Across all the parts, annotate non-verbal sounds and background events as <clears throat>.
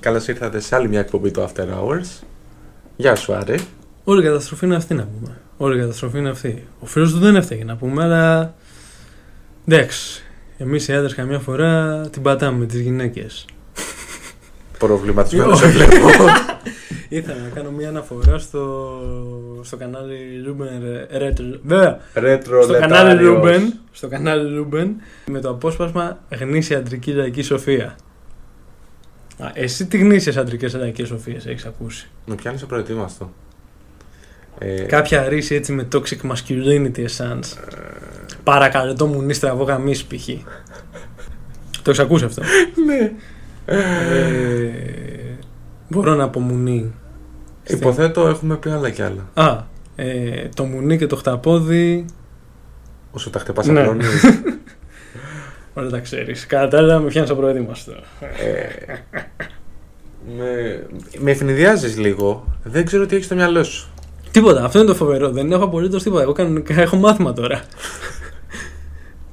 Καλώς ήρθατε σε άλλη μια εκπομπή του After Hours. Γεια σου, Άρη. Όλη η καταστροφή είναι αυτή να πούμε. Όλη η καταστροφή είναι αυτή. Ο φίλος του δεν έφταιγε να πούμε, αλλά. Εντάξει. Εμείς οι άντρες καμιά φορά την πατάμε με τις γυναίκες. Προβληματισμένος Όχι. σε <laughs> βλέπω. Ήθελα να κάνω μια αναφορά στο, στο κανάλι Ruben Retro. Βέβαια, Ρέτρο στο κανάλι Ruben, στο κανάλι Ruben με το απόσπασμα γνήσια αντρική λαϊκή σοφία. Α, εσύ τι γνήσιες αντρικές λαϊκές σοφίες έχεις ακούσει. Με πιάνει απροετοίμαστο. Ναι. Ε, Κάποια ρίση έτσι με toxic masculinity essence. Παρακαλώ το μου νύστρα εγώ γαμίς π.χ. το έχεις ακούσει αυτό. Ναι. ε, μπορώ να πω μουνί. Υποθέτω έχουμε πει άλλα κι άλλα. Α, ε, το μουνί και το χταπόδι Όσο τα χτεπάς Ναι. απλώνεις. <laughs> Όλα τα ξέρεις. Κατά τα άλλα με πιάνεις απροετοίμαστο. ε, με, με ευνηδιάζεις λίγο. Δεν ξέρω τι έχεις στο μυαλό σου. Τίποτα. Αυτό είναι το φοβερό. Δεν έχω απολύτως τίποτα. Εγώ κανονικά έχω μάθημα τώρα.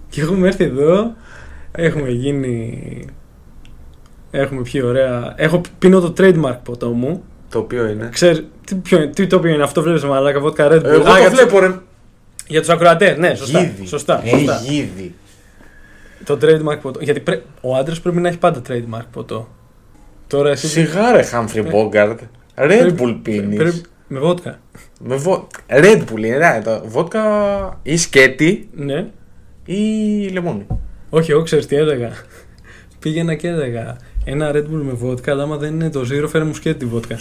και έχουμε έρθει εδώ. Έχουμε γίνει. Έχουμε πιο ωραία. Έχω πίνω το trademark ποτό μου. Το οποίο είναι. Ξέρει. Τι, ποιο, είναι- τι το οποίο είναι αυτό, βλέπεις μαλάκα. Βότκα Red Bull. Εγώ Α, το για τους- βλέπω, ρε. Για τους ακροατές, ναι, σωστά. Γίδι. Σωστά. Ε, σωστά. γίδι. Το trademark ποτό. Γιατί πρέ- ο άντρας πρέπει να έχει πάντα trademark ποτό. Τώρα εσύ. Ε, Σιγά ρε Χάμφρι Μπόγκαρντ. Ρέντ Bull πίνεις. πρέπει- Με βότκα. Με βο... Red Bull είναι, ναι, το βότκα ή σκέτη Ναι. ή λεμόνι. Όχι, εγώ ξέρεις τι έλεγα. <laughs> Πήγαινα και έλεγα ένα Red Bull με βότκα, αλλά άμα δεν είναι το ζύρο, φέρε μου σκέτη τη <laughs> βότκα.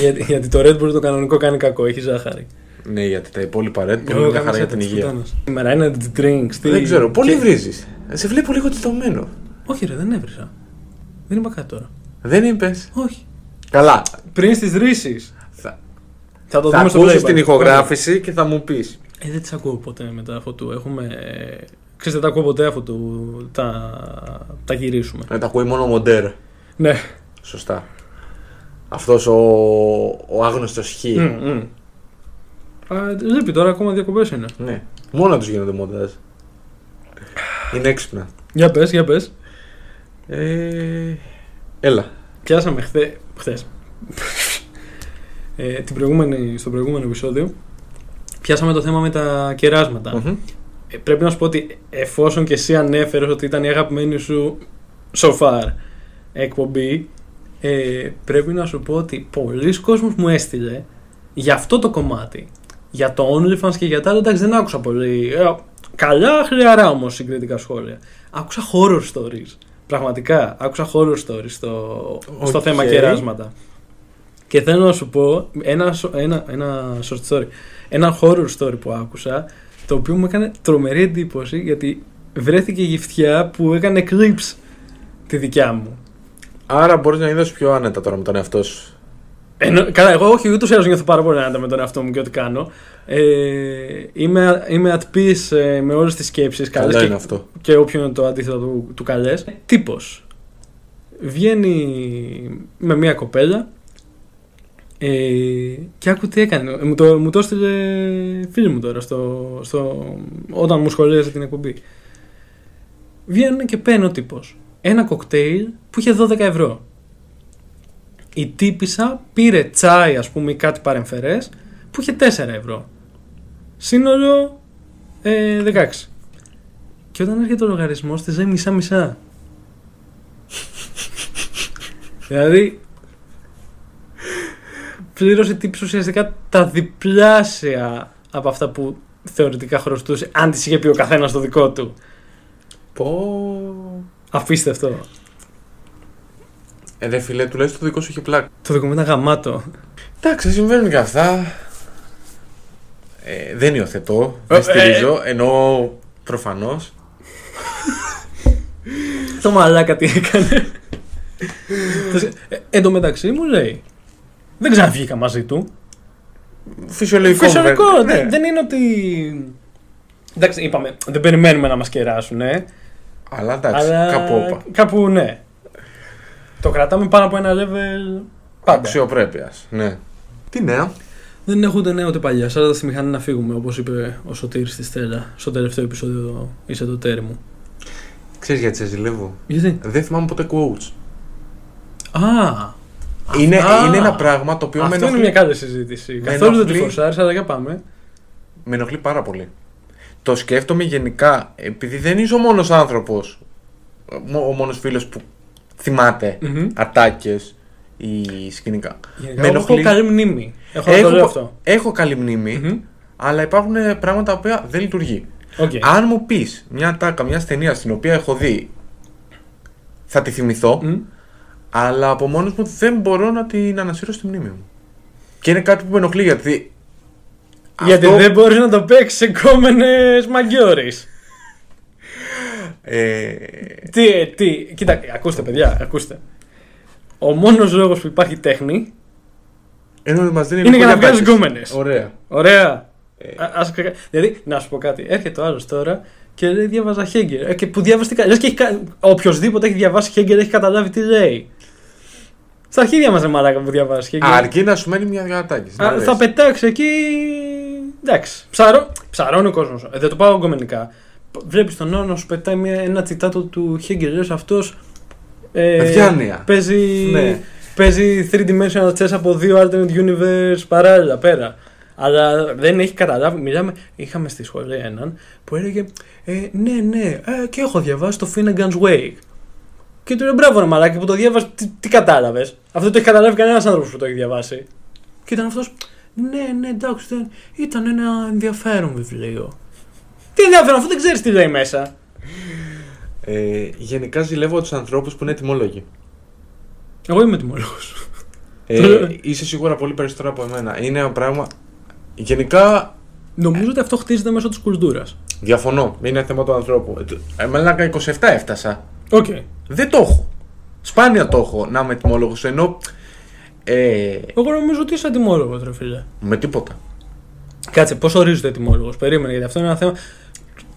γιατί, γιατί το Red Bull το κανονικό κάνει κακό, έχει ζάχαρη. Ναι, γιατί τα υπόλοιπα Red Bull Εγώ είναι μια κάνω χαρά για την σαν τις υγεία. πουτάνες. Σήμερα είναι the drinks. τι- Δεν ξέρω, πολύ και- βρίζεις. Σε βλέπω λίγο τεντωμένο. Όχι, ρε, δεν έβρισα. Δεν είπα κάτι τώρα. Δεν είπες. Όχι. Καλά. Πριν στις ρίσει. Θα, Θα το θα δούμε στο ακούσεις playback. την ηχογράφηση και θα μου πεις. Ε, δεν τις ακούω ποτέ μετά αφού του έχουμε. ε, Ξέρεις, δεν τα ακούω ποτέ αφού του τα, τα γυρίσουμε. Να Ε, τα ακούει μόνο ο Μοντέρ. Ναι. Σωστά. Αυτός ο, ο άγνωστος Χ. Mm, mm. Α, λείπει τώρα ακόμα διακοπέ είναι. Ναι. Μόνο τους γίνονται μοντάζ. Είναι έξυπνα. Για πες, για πες. Ε, έλα. Πιάσαμε χθε. χθες. ε, την προηγούμενη, στο προηγούμενο επεισόδιο πιάσαμε το θέμα με τα κεράσματα. Μμμ. Ε, πρέπει να σου πω ότι εφόσον και εσύ ανέφερες ότι ήταν η αγαπημένη σου so far εκπομπή, ε, πρέπει να σου πω ότι πολλοί κόσμος μου έστειλε για αυτό το κομμάτι. Για το OnlyFans και για τα άλλα, εντάξει, δεν άκουσα πολύ. Ε, καλά, χλιαρά όμως συγκριτικά σχόλια. Άκουσα horror stories. Πραγματικά, άκουσα horror stories στο, στο Οκ. θέμα κεράσματα. Και θέλω να σου πω ένα, σο- ένα, ένα short story. Ένα horror story που άκουσα το οποίο μου έκανε τρομερή εντύπωση γιατί βρέθηκε γυφτιά που έκανε clips τη δικιά μου. Άρα μπορείς να είδες πιο άνετα τώρα με τον εαυτό σου. Ενώ, καλά, εγώ όχι, ούτως ή άλλως νιώθω πάρα πολύ άνετα με τον εαυτό μου και ό,τι κάνω. Ε, είμαι, είμαι at peace ε, με όλες τις σκέψεις. Καλό είναι και, αυτό. και όποιο είναι το αντίθετο του, του καλές. Τύπος. Βγαίνει με μια κοπέλα ε, και άκου τι έκανε. Ε, Μου το, μου το έστειλε φίλη μου τώρα στο, στο, όταν μου σχολίασε την εκπομπή. Βγαίνει και παίρνει ο τύπος ένα κοκτέιλ που είχε 12 ευρώ. Η τύπησα πήρε τσάι, ας πούμε, ή κάτι παρεμφερές που είχε 4 ευρώ. Σύνολο ε, 16. Και όταν έρχεται ο λογαριασμός, της ζάει μισά-μισά. δηλαδή. Πλήρωσε τύψη ουσιαστικά τα διπλάσια από αυτά που θεωρητικά χρωστούσε, αν της είχε πει ο καθένας το δικό του. Πω. Απίστευτο. Ε, ρε φίλε, τουλάχιστον το δικό σου είχε πλάκα. Το δικό μου ήταν γαμάτο. Εντάξει, συμβαίνουν και αυτά. Ε, δεν υιοθετώ, Ε, δεν στηρίζω, ενώ προφανώς. το μαλάκα τι έκανε. ε, εν τω μεταξύ μου λέει. Δεν ξαναβγήκα μαζί του. Φυσιολογικό. Φυσιολογικό. βέβαια. δεν- Ναι. Δεν είναι ότι. Εντάξει, είπαμε, δεν περιμένουμε να μας κεράσουν, ε. Αλλά εντάξει, αλλά καπόπα. κάπου ναι. Το κρατάμε πάνω από ένα level. Πάντα. Αξιοπρέπειας, ναι. Τι νέα. Δεν έχω ούτε νέα ούτε παλιά. Σάρα στη μηχανή να φύγουμε, όπως είπε ο Σωτήρης στη Στέλλα στο τελευταίο επεισόδιο. Είσαι το τέρι μου. Ξέρεις γιατί σε ζηλεύω. Γιατί. Δεν θυμάμαι ποτέ quotes. Α, Είναι, Α, είναι ένα πράγμα το οποίο με αυτό ενοχλεί, είναι μια καλή συζήτηση. Με Καθόλου δεν τη ενοχλεί. φορσάρισα, αλλά για πάμε. με ενοχλεί πάρα πολύ. Το σκέφτομαι γενικά, επειδή δεν είσαι ο μόνος άνθρωπος, ο ο μόνος φίλος που θυμάται Μμμ. ατάκες ή σκηνικά. Γενικά, εγώ έχω καλή μνήμη. Έχω, Ε, να το λέω έχω, αυτό. έχω καλή μνήμη, Μμμ. αλλά υπάρχουν ε, πράγματα τα οποία δεν λειτουργεί. Οκ. Αν μου πεις μια τάκα μια ταινία στην οποία έχω δει, θα τη θυμηθώ, Μμ. αλλά από μόνος μου δεν μπορώ να την ανασύρω στη μνήμη μου. Και είναι κάτι που με ενοχλεί γιατί. Γιατί αυτό- δεν μπορείς να το παίξεις σε κόμενες μαγκιόρε. Ε, Τι, ε, τι, κοίτα, ακούστε παιδιά, ακούστε. Ο μόνος λόγος που υπάρχει τέχνη. ενώ μας δίνει Είναι λίγο για να διατάξεις. βγάζεις γκόμενες. Ωραία. Ωραία. Α, ας ξεκα- Δηλαδή, να σου πω κάτι. Έρχεται ο άλλος τώρα και λέει: Διάβαζα Χέγκερ. Ε, Και που διάβασε. τι κα- Λες και έχει... κα- οποιοδήποτε έχει διαβάσει Χέγκερ έχει καταλάβει τι λέει. Στα αρχίδια μας, μαλάκα που διαβάζεις Χέγκερ. Αρκεί να σου μένει μια διατάκιση. Α, θα πετάξει εκεί. Εντάξει. Ψαρώ... Ψαρώνει ο κόσμος. δεν το πάω αγκομενικά. Βλέπεις τον άλλο να σου πετάει μια, ένα τσιτάτο του Χέγκερ. Λε αυτός. Ε, Αδιάνοια. Παίζει, Ναι. παίζει three dimensional chess από δύο alternate universe παράλληλα πέρα. Αλλά δεν έχει καταλάβει. Μιλάμε, είχαμε στη σχολή έναν που έλεγε ε, Ναι, ναι, ε, και έχω διαβάσει το Finnegan's Wake. Και του λέω μπράβο, ρε μαλάκι που το διάβασες, τι, τι κατάλαβες. Αυτό δεν το έχει καταλάβει κανένας άνθρωπος που το έχει διαβάσει. Και ήταν αυτός. Ναι, ναι, εντάξει, δεν... ήταν ένα ενδιαφέρον βιβλίο. Τι ενδιαφέρον, αφού δεν ξέρεις τι λέει μέσα. Ε, γενικά ζηλεύω τους ανθρώπους που είναι ετοιμόλογοι. Εγώ είμαι τιμολόγο. Ε, Ναι. είσαι σίγουρα πολύ περισσότερο από εμένα. Είναι ένα πράγμα. Γενικά Νομίζω ότι αυτό χτίζεται μέσω της κουλτούρας. διαφωνώ. Είναι θέμα του ανθρώπου. Ε, Εμένα 27 έφτασα. Οκ. Δεν το έχω. Σπάνια το έχω να είμαι ετοιμόλογος. Ενώ. Ε, Εγώ νομίζω ότι είσαι τιμόλογο, ρε φίλε. με τίποτα. Κάτσε, πώς ορίζεται τιμόλογο. Περίμενε, γιατί αυτό είναι ένα θέμα.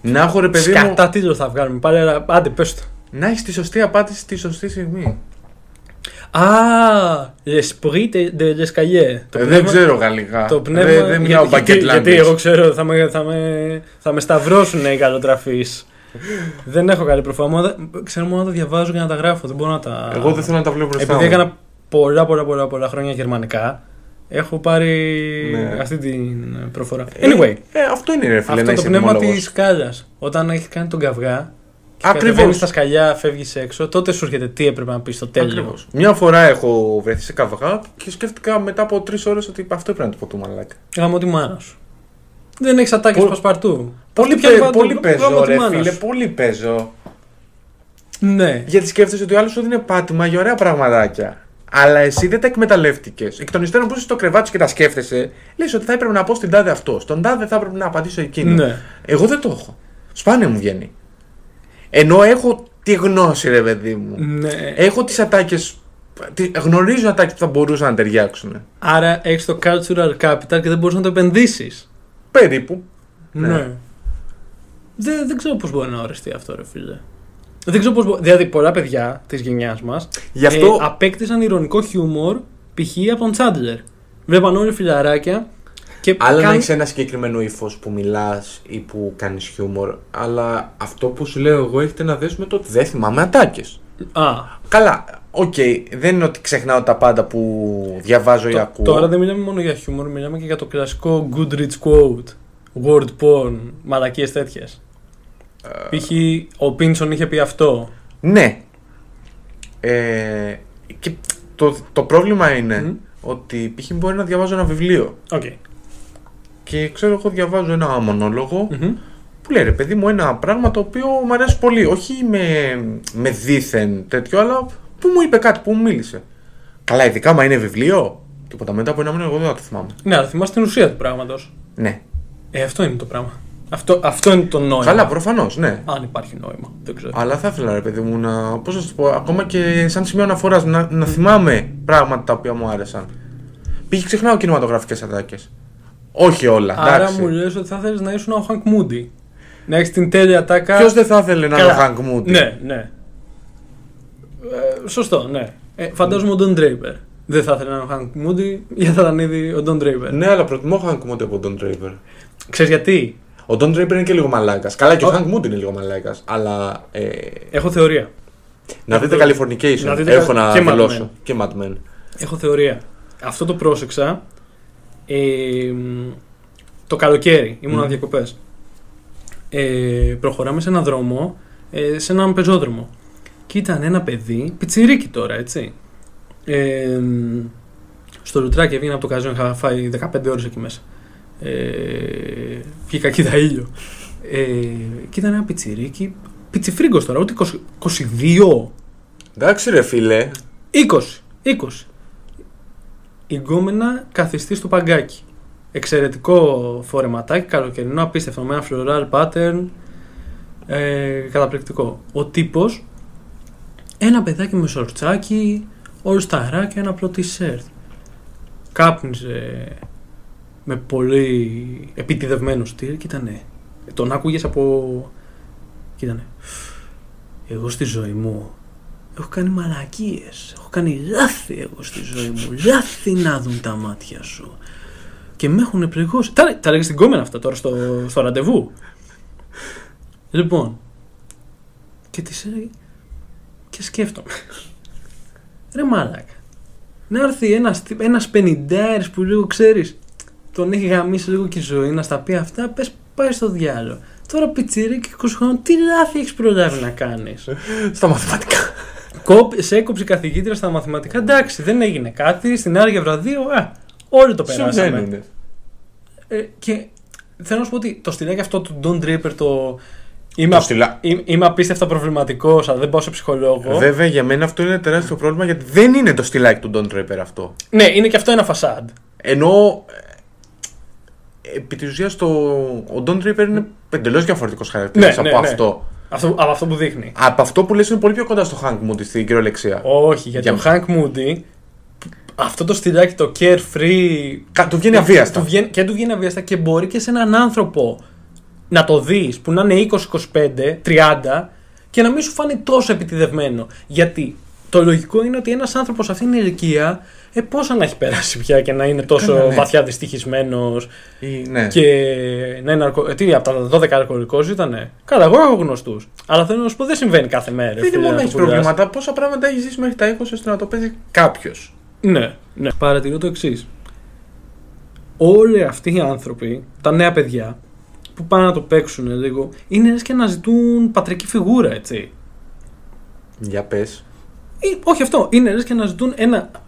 Να έχω ρε παιδί μου. Σκατά τίτλο θα βγάλουμε πάλι, αλλά άντε, πες το. Να έχεις τη σωστή απάντηση στη σωστή στιγμή. Α, l'esprit de- de l'escalier. Ε, Το δεν πνεύμα- ξέρω γαλλικά. Το πνεύμα. Δεν, δεν μιλάω γιατί- bucket γιατί- Γιατί language. εγώ ξέρω, θα με, θα με, θα με σταυρώσουν οι καλοτραφεί. δεν έχω καλή προφορά. Ξέρω μόνο να τα διαβάζω και να τα γράφω. Δεν μπορώ να τα. Εγώ δεν θέλω να τα βλέπω μπροστά. Επειδή μου. έκανα πολλά, πολλά, πολλά, πολλά χρόνια γερμανικά, έχω πάρει Ναι. αυτή την προφορά. Ε, Anyway, Ε, αυτό είναι ρε φίλε. αυτό να το είσαι πνεύμα ετοιμόλογος. τη σκάλια. Όταν έχει κάνει τον καυγά. και Ακριβώς. κατεβαίνεις στα σκαλιά, φεύγεις έξω. Τότε σου έρχεται τι έπρεπε να πεις στο τέλο. Ακριβώς. Μια φορά έχω βρεθεί σε καυγά και σκέφτηκα μετά από τρεις ώρες ότι αυτό πρέπει να το πω του μαλάκα. Γαμώ τη μάνα σου. Δεν έχεις ατάκες Πολύ- πασπαρτού. Πολύ, Αυτή πε- πια- πολύ το- παίζω, γαμώ τη ρε μάνα φίλε, σου. πολύ παίζω. Ναι. Γιατί σκέφτεσαι ότι ο άλλος σου δίνει πάτημα για ωραία πραγματάκια. Αλλά εσύ δεν τα εκμεταλλεύτηκες. Εκ των υστέρων που είσαι στο κρεβάτι σου και τα σκέφτεσαι, λες ότι θα έπρεπε να πω στην τάδε αυτό. Στον τάδε θα έπρεπε να απαντήσω εκείνο. Ναι. Εγώ δεν το έχω. Σπάνια μου βγαίνει. Ενώ έχω τη γνώση, ρε παιδί μου. ναι. Έχω τις ατάκες. Γνωρίζω ατάκες που θα μπορούσαν να ταιριάξουν. Άρα έχεις το cultural capital και δεν μπορεί να το επενδύσεις. Περίπου. Ναι. Δεν, δεν ξέρω πώς μπορεί να οριστεί αυτό, ρε φίλε. Δεν ξέρω πώς μπο- Δηλαδή, πολλά παιδιά της γενιάς μας Γι' αυτό- ε, απέκτησαν ηρωνικό χιούμορ π.χ. από τον Τσάντλερ. Βλέπαν όλοι φιλαράκια και Άλλο να κάνουν- έχεις ένα συγκεκριμένο ύφος που μιλάς ή που κάνεις χιούμορ, αλλά αυτό που σου λέω εγώ έχετε να δέσουμε το ότι δεν θυμάμαι ατάκες. Α, Καλά, οκ, δεν είναι ότι ξεχνάω τα πάντα που διαβάζω ή τ- ακούω. τώρα δεν μιλάμε μόνο για χιούμορ, μιλάμε και για το κλασικό Goodreads quote. Word porn, μαλακίες τέτοιες. Ε. Π.χ. ο Πίνσον είχε πει αυτό. Ναι. Ε, και το, το πρόβλημα είναι Μμμ. ότι π.χ. μπορεί να διαβάζω ένα βιβλίο Οκ. και ξέρω εγώ διαβάζω ένα μονόλογο Μμμ. που λέει ρε παιδί μου ένα πράγμα το οποίο μου αρέσει πολύ. Όχι με, με δίθεν τέτοιο, αλλά που μου είπε κάτι, που μου μίλησε. Καλά, ειδικά μα είναι βιβλίο. Τίποτα μετά από ένα μήνα εγώ δεν θα το θυμάμαι. Ναι, αλλά θυμάσαι την ουσία του πράγματος. Ναι. Ε, αυτό είναι το πράγμα. Αυτό, αυτό είναι το νόημα. Καλά, προφανώς, ναι. Αν υπάρχει νόημα. Δεν ξέρω. Αλλά θα ήθελα ρε παιδί μου να. Πώς να σου το πω, ακόμα και σαν σημείο αναφοράς να, να θυμάμαι πράγματα τα οποία μου άρεσαν. Πήγε ξεχνάω κινηματογραφικές ατάκες. Όχι όλα. Άρα εντάξει. μου λες ότι θα θέλεις να ήσουν ο Χανκ Μούντι. Να έχεις την τέλεια τάκα. Ποιος δεν θα ήθελε να είναι ο Καλά. Χανκ Μούντι. Ναι, ναι. Ε, σωστό, ναι. Ε, φαντάζομαι ο Ντον Τρέιπερ. Δεν θα ήθελε να είναι ο Χανκ Μούντι, γιατί θα ήταν ήδη ο Ντον Τρέιπερ. Ναι, αλλά προτιμώ Χανκ Μούντι από τον Τρέιπερ. Ξέρεις γιατί. Ο Ντόν Τρέιπερ είναι και λίγο μαλάκας. Καλά, και ο Ο- Χανκ Μούντι είναι λίγο μαλάκας. Αλλά. Ε, Έχω θεωρία. Να δείτε Έχω- Californication. να δείτε Έχω Cal- να και Mad Men. δηλώσω. Και Mad Men. Έχω θεωρία. Αυτό το πρόσεξα ε, μ, το καλοκαίρι. Ήμουν Μμ. mm. διακοπές. Ε, προχωράμε σε έναν δρόμο, ε, σε έναν πεζόδρομο. Και ήταν ένα παιδί, πιτσιρίκι τώρα, έτσι. Ε, μ, στο λουτράκι έβγαινα από το καζόν, είχα φάει 15 ώρες εκεί μέσα. Ε, βγήκα και είδα ήλιο. Ε, και ήταν ένα πιτσιρίκι, πιτσιφρίγκος τώρα, ούτε 20, 22, Εντάξει ρε φίλε. 20. 20. Η γκόμενα καθιστή του παγκάκι. Εξαιρετικό φορεματάκι, καλοκαιρινό, απίστευτο με ένα floral pattern. Ε, καταπληκτικό. Ο τύπος, ένα παιδάκι με σορτσάκι, ολσταρά και ένα απλό t-shirt. Κάπνιζε με πολύ επιτιδευμένο στυλ και ήτανε. Τον άκουγες από. Κοίτανε. Εγώ στη ζωή μου Έχω κάνει μαλακίες. Έχω κάνει λάθη εγώ στη ζωή μου. Λάθη να δουν τα μάτια σου. Και με έχουν πληγώσει. Τα, τα λέγες στην κόμενα αυτά τώρα στο, στο ραντεβού. Λοιπόν. Και τη έλεγε. Και σκέφτομαι. Ρε μαλάκα. Να έρθει ένας, τυ- ένας πενιντάρης που λίγο ξέρεις τον έχει γαμίσει λίγο και η ζωή να στα πει αυτά, πες πάει στο διάλογο. Τώρα πιτσιρίκι 20 χρόνων, τι λάθη έχεις προλάβει να κάνεις. Στα μαθηματικά. Κόπ- σε έκοψε η καθηγήτρια στα μαθηματικά. Εντάξει, δεν έγινε κάτι. Στην Άρια βραδίου, α, όλοι το περάσαμε. Συμβαίνουνε. Ε, και θέλω να σου πω ότι το στυλάκι αυτό του Don Draper το. Είμαι, Το απ- στυλά- ε, είμαι απίστευτα προβληματικός, αλλά δεν πάω σε ψυχολόγο. Βέβαια για μένα αυτό είναι τεράστιο πρόβλημα γιατί δεν είναι το στυλάκι του Don Draper αυτό. Ναι, είναι και αυτό ένα φασάντ. Ενώ ε, επί της ουσίας το... ο Don Draper είναι εντελώς διαφορετικός χαρακτήρας Ναι, ναι, από ναι. αυτό. Αυτό, από αυτό που δείχνει. Από αυτό που λες είναι πολύ πιο κοντά στο Hank Moody στην κυριολεξία. Όχι, γιατί Για ο Hank Moody, αυτό το στυλάκι, το carefree, Κα- Του βγαίνει Του αβίαστα. βγαίνει, και του βγαίνει αβίαστα και μπορεί και σε έναν άνθρωπο να το δεις που να είναι 20, 25, 30 και να μην σου φάνει τόσο επιτιδευμένο. Γιατί το λογικό είναι ότι ένας άνθρωπος σε αυτήν την ηλικία, ε, πόσα να έχει περάσει πια και να είναι τόσο Καλά, ναι. βαθιά δυστυχισμένος Ή- Ναι. και να είναι αρκο... ε, Τι, από τα 12 αλκοολικός ήτανε. Καλά, εγώ έχω γνωστούς. Αλλά θέλω να σου πω, δεν συμβαίνει κάθε μέρα. Δεν είναι φίλε, μόνο να να το έχεις πουλάς. προβλήματα. Πόσα πράγματα έχεις ζήσει μέχρι τα 20 ώστε να το παίζει κάποιος. Ναι, ναι. Παρατηρώ το εξής. Όλοι αυτοί οι άνθρωποι, τα νέα παιδιά, που πάνε να το παίξουν λίγο, είναι λες και να ζητούν πατρική φιγούρα, έτσι. Για πες. Ή, όχι αυτό, είναι λες και να ζητούν ένα το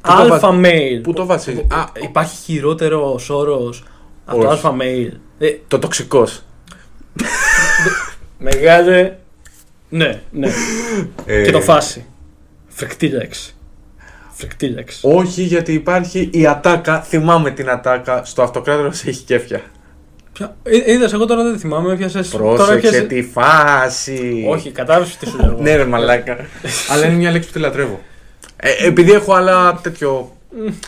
αλφα βα- mail. Πού το βασίζει. Α, Α, υπάρχει χειρότερο όρο από το Όχι. αλφα mail. Ε, το τοξικός. μεγάλε. Ναι, ναι. Ε. και το φάση. Φρικτή λέξη. Φρικτή λέξη. Όχι, γιατί υπάρχει η ατάκα. Θυμάμαι την ατάκα. Στο αυτοκράτορα έχει κέφια. Ποια- Ε, είδες, εγώ τώρα δεν θυμάμαι, έπιασες... τώρα Πρόσεξε έπιασες- τη φάση. Όχι, κατάλαβες τι σου λέω. εγώ. Ναι, ρε <laughs> μαλάκα. Αλλά είναι μια λέξη που τη λατρεύω. Ε, επειδή έχω άλλα τέτοιο.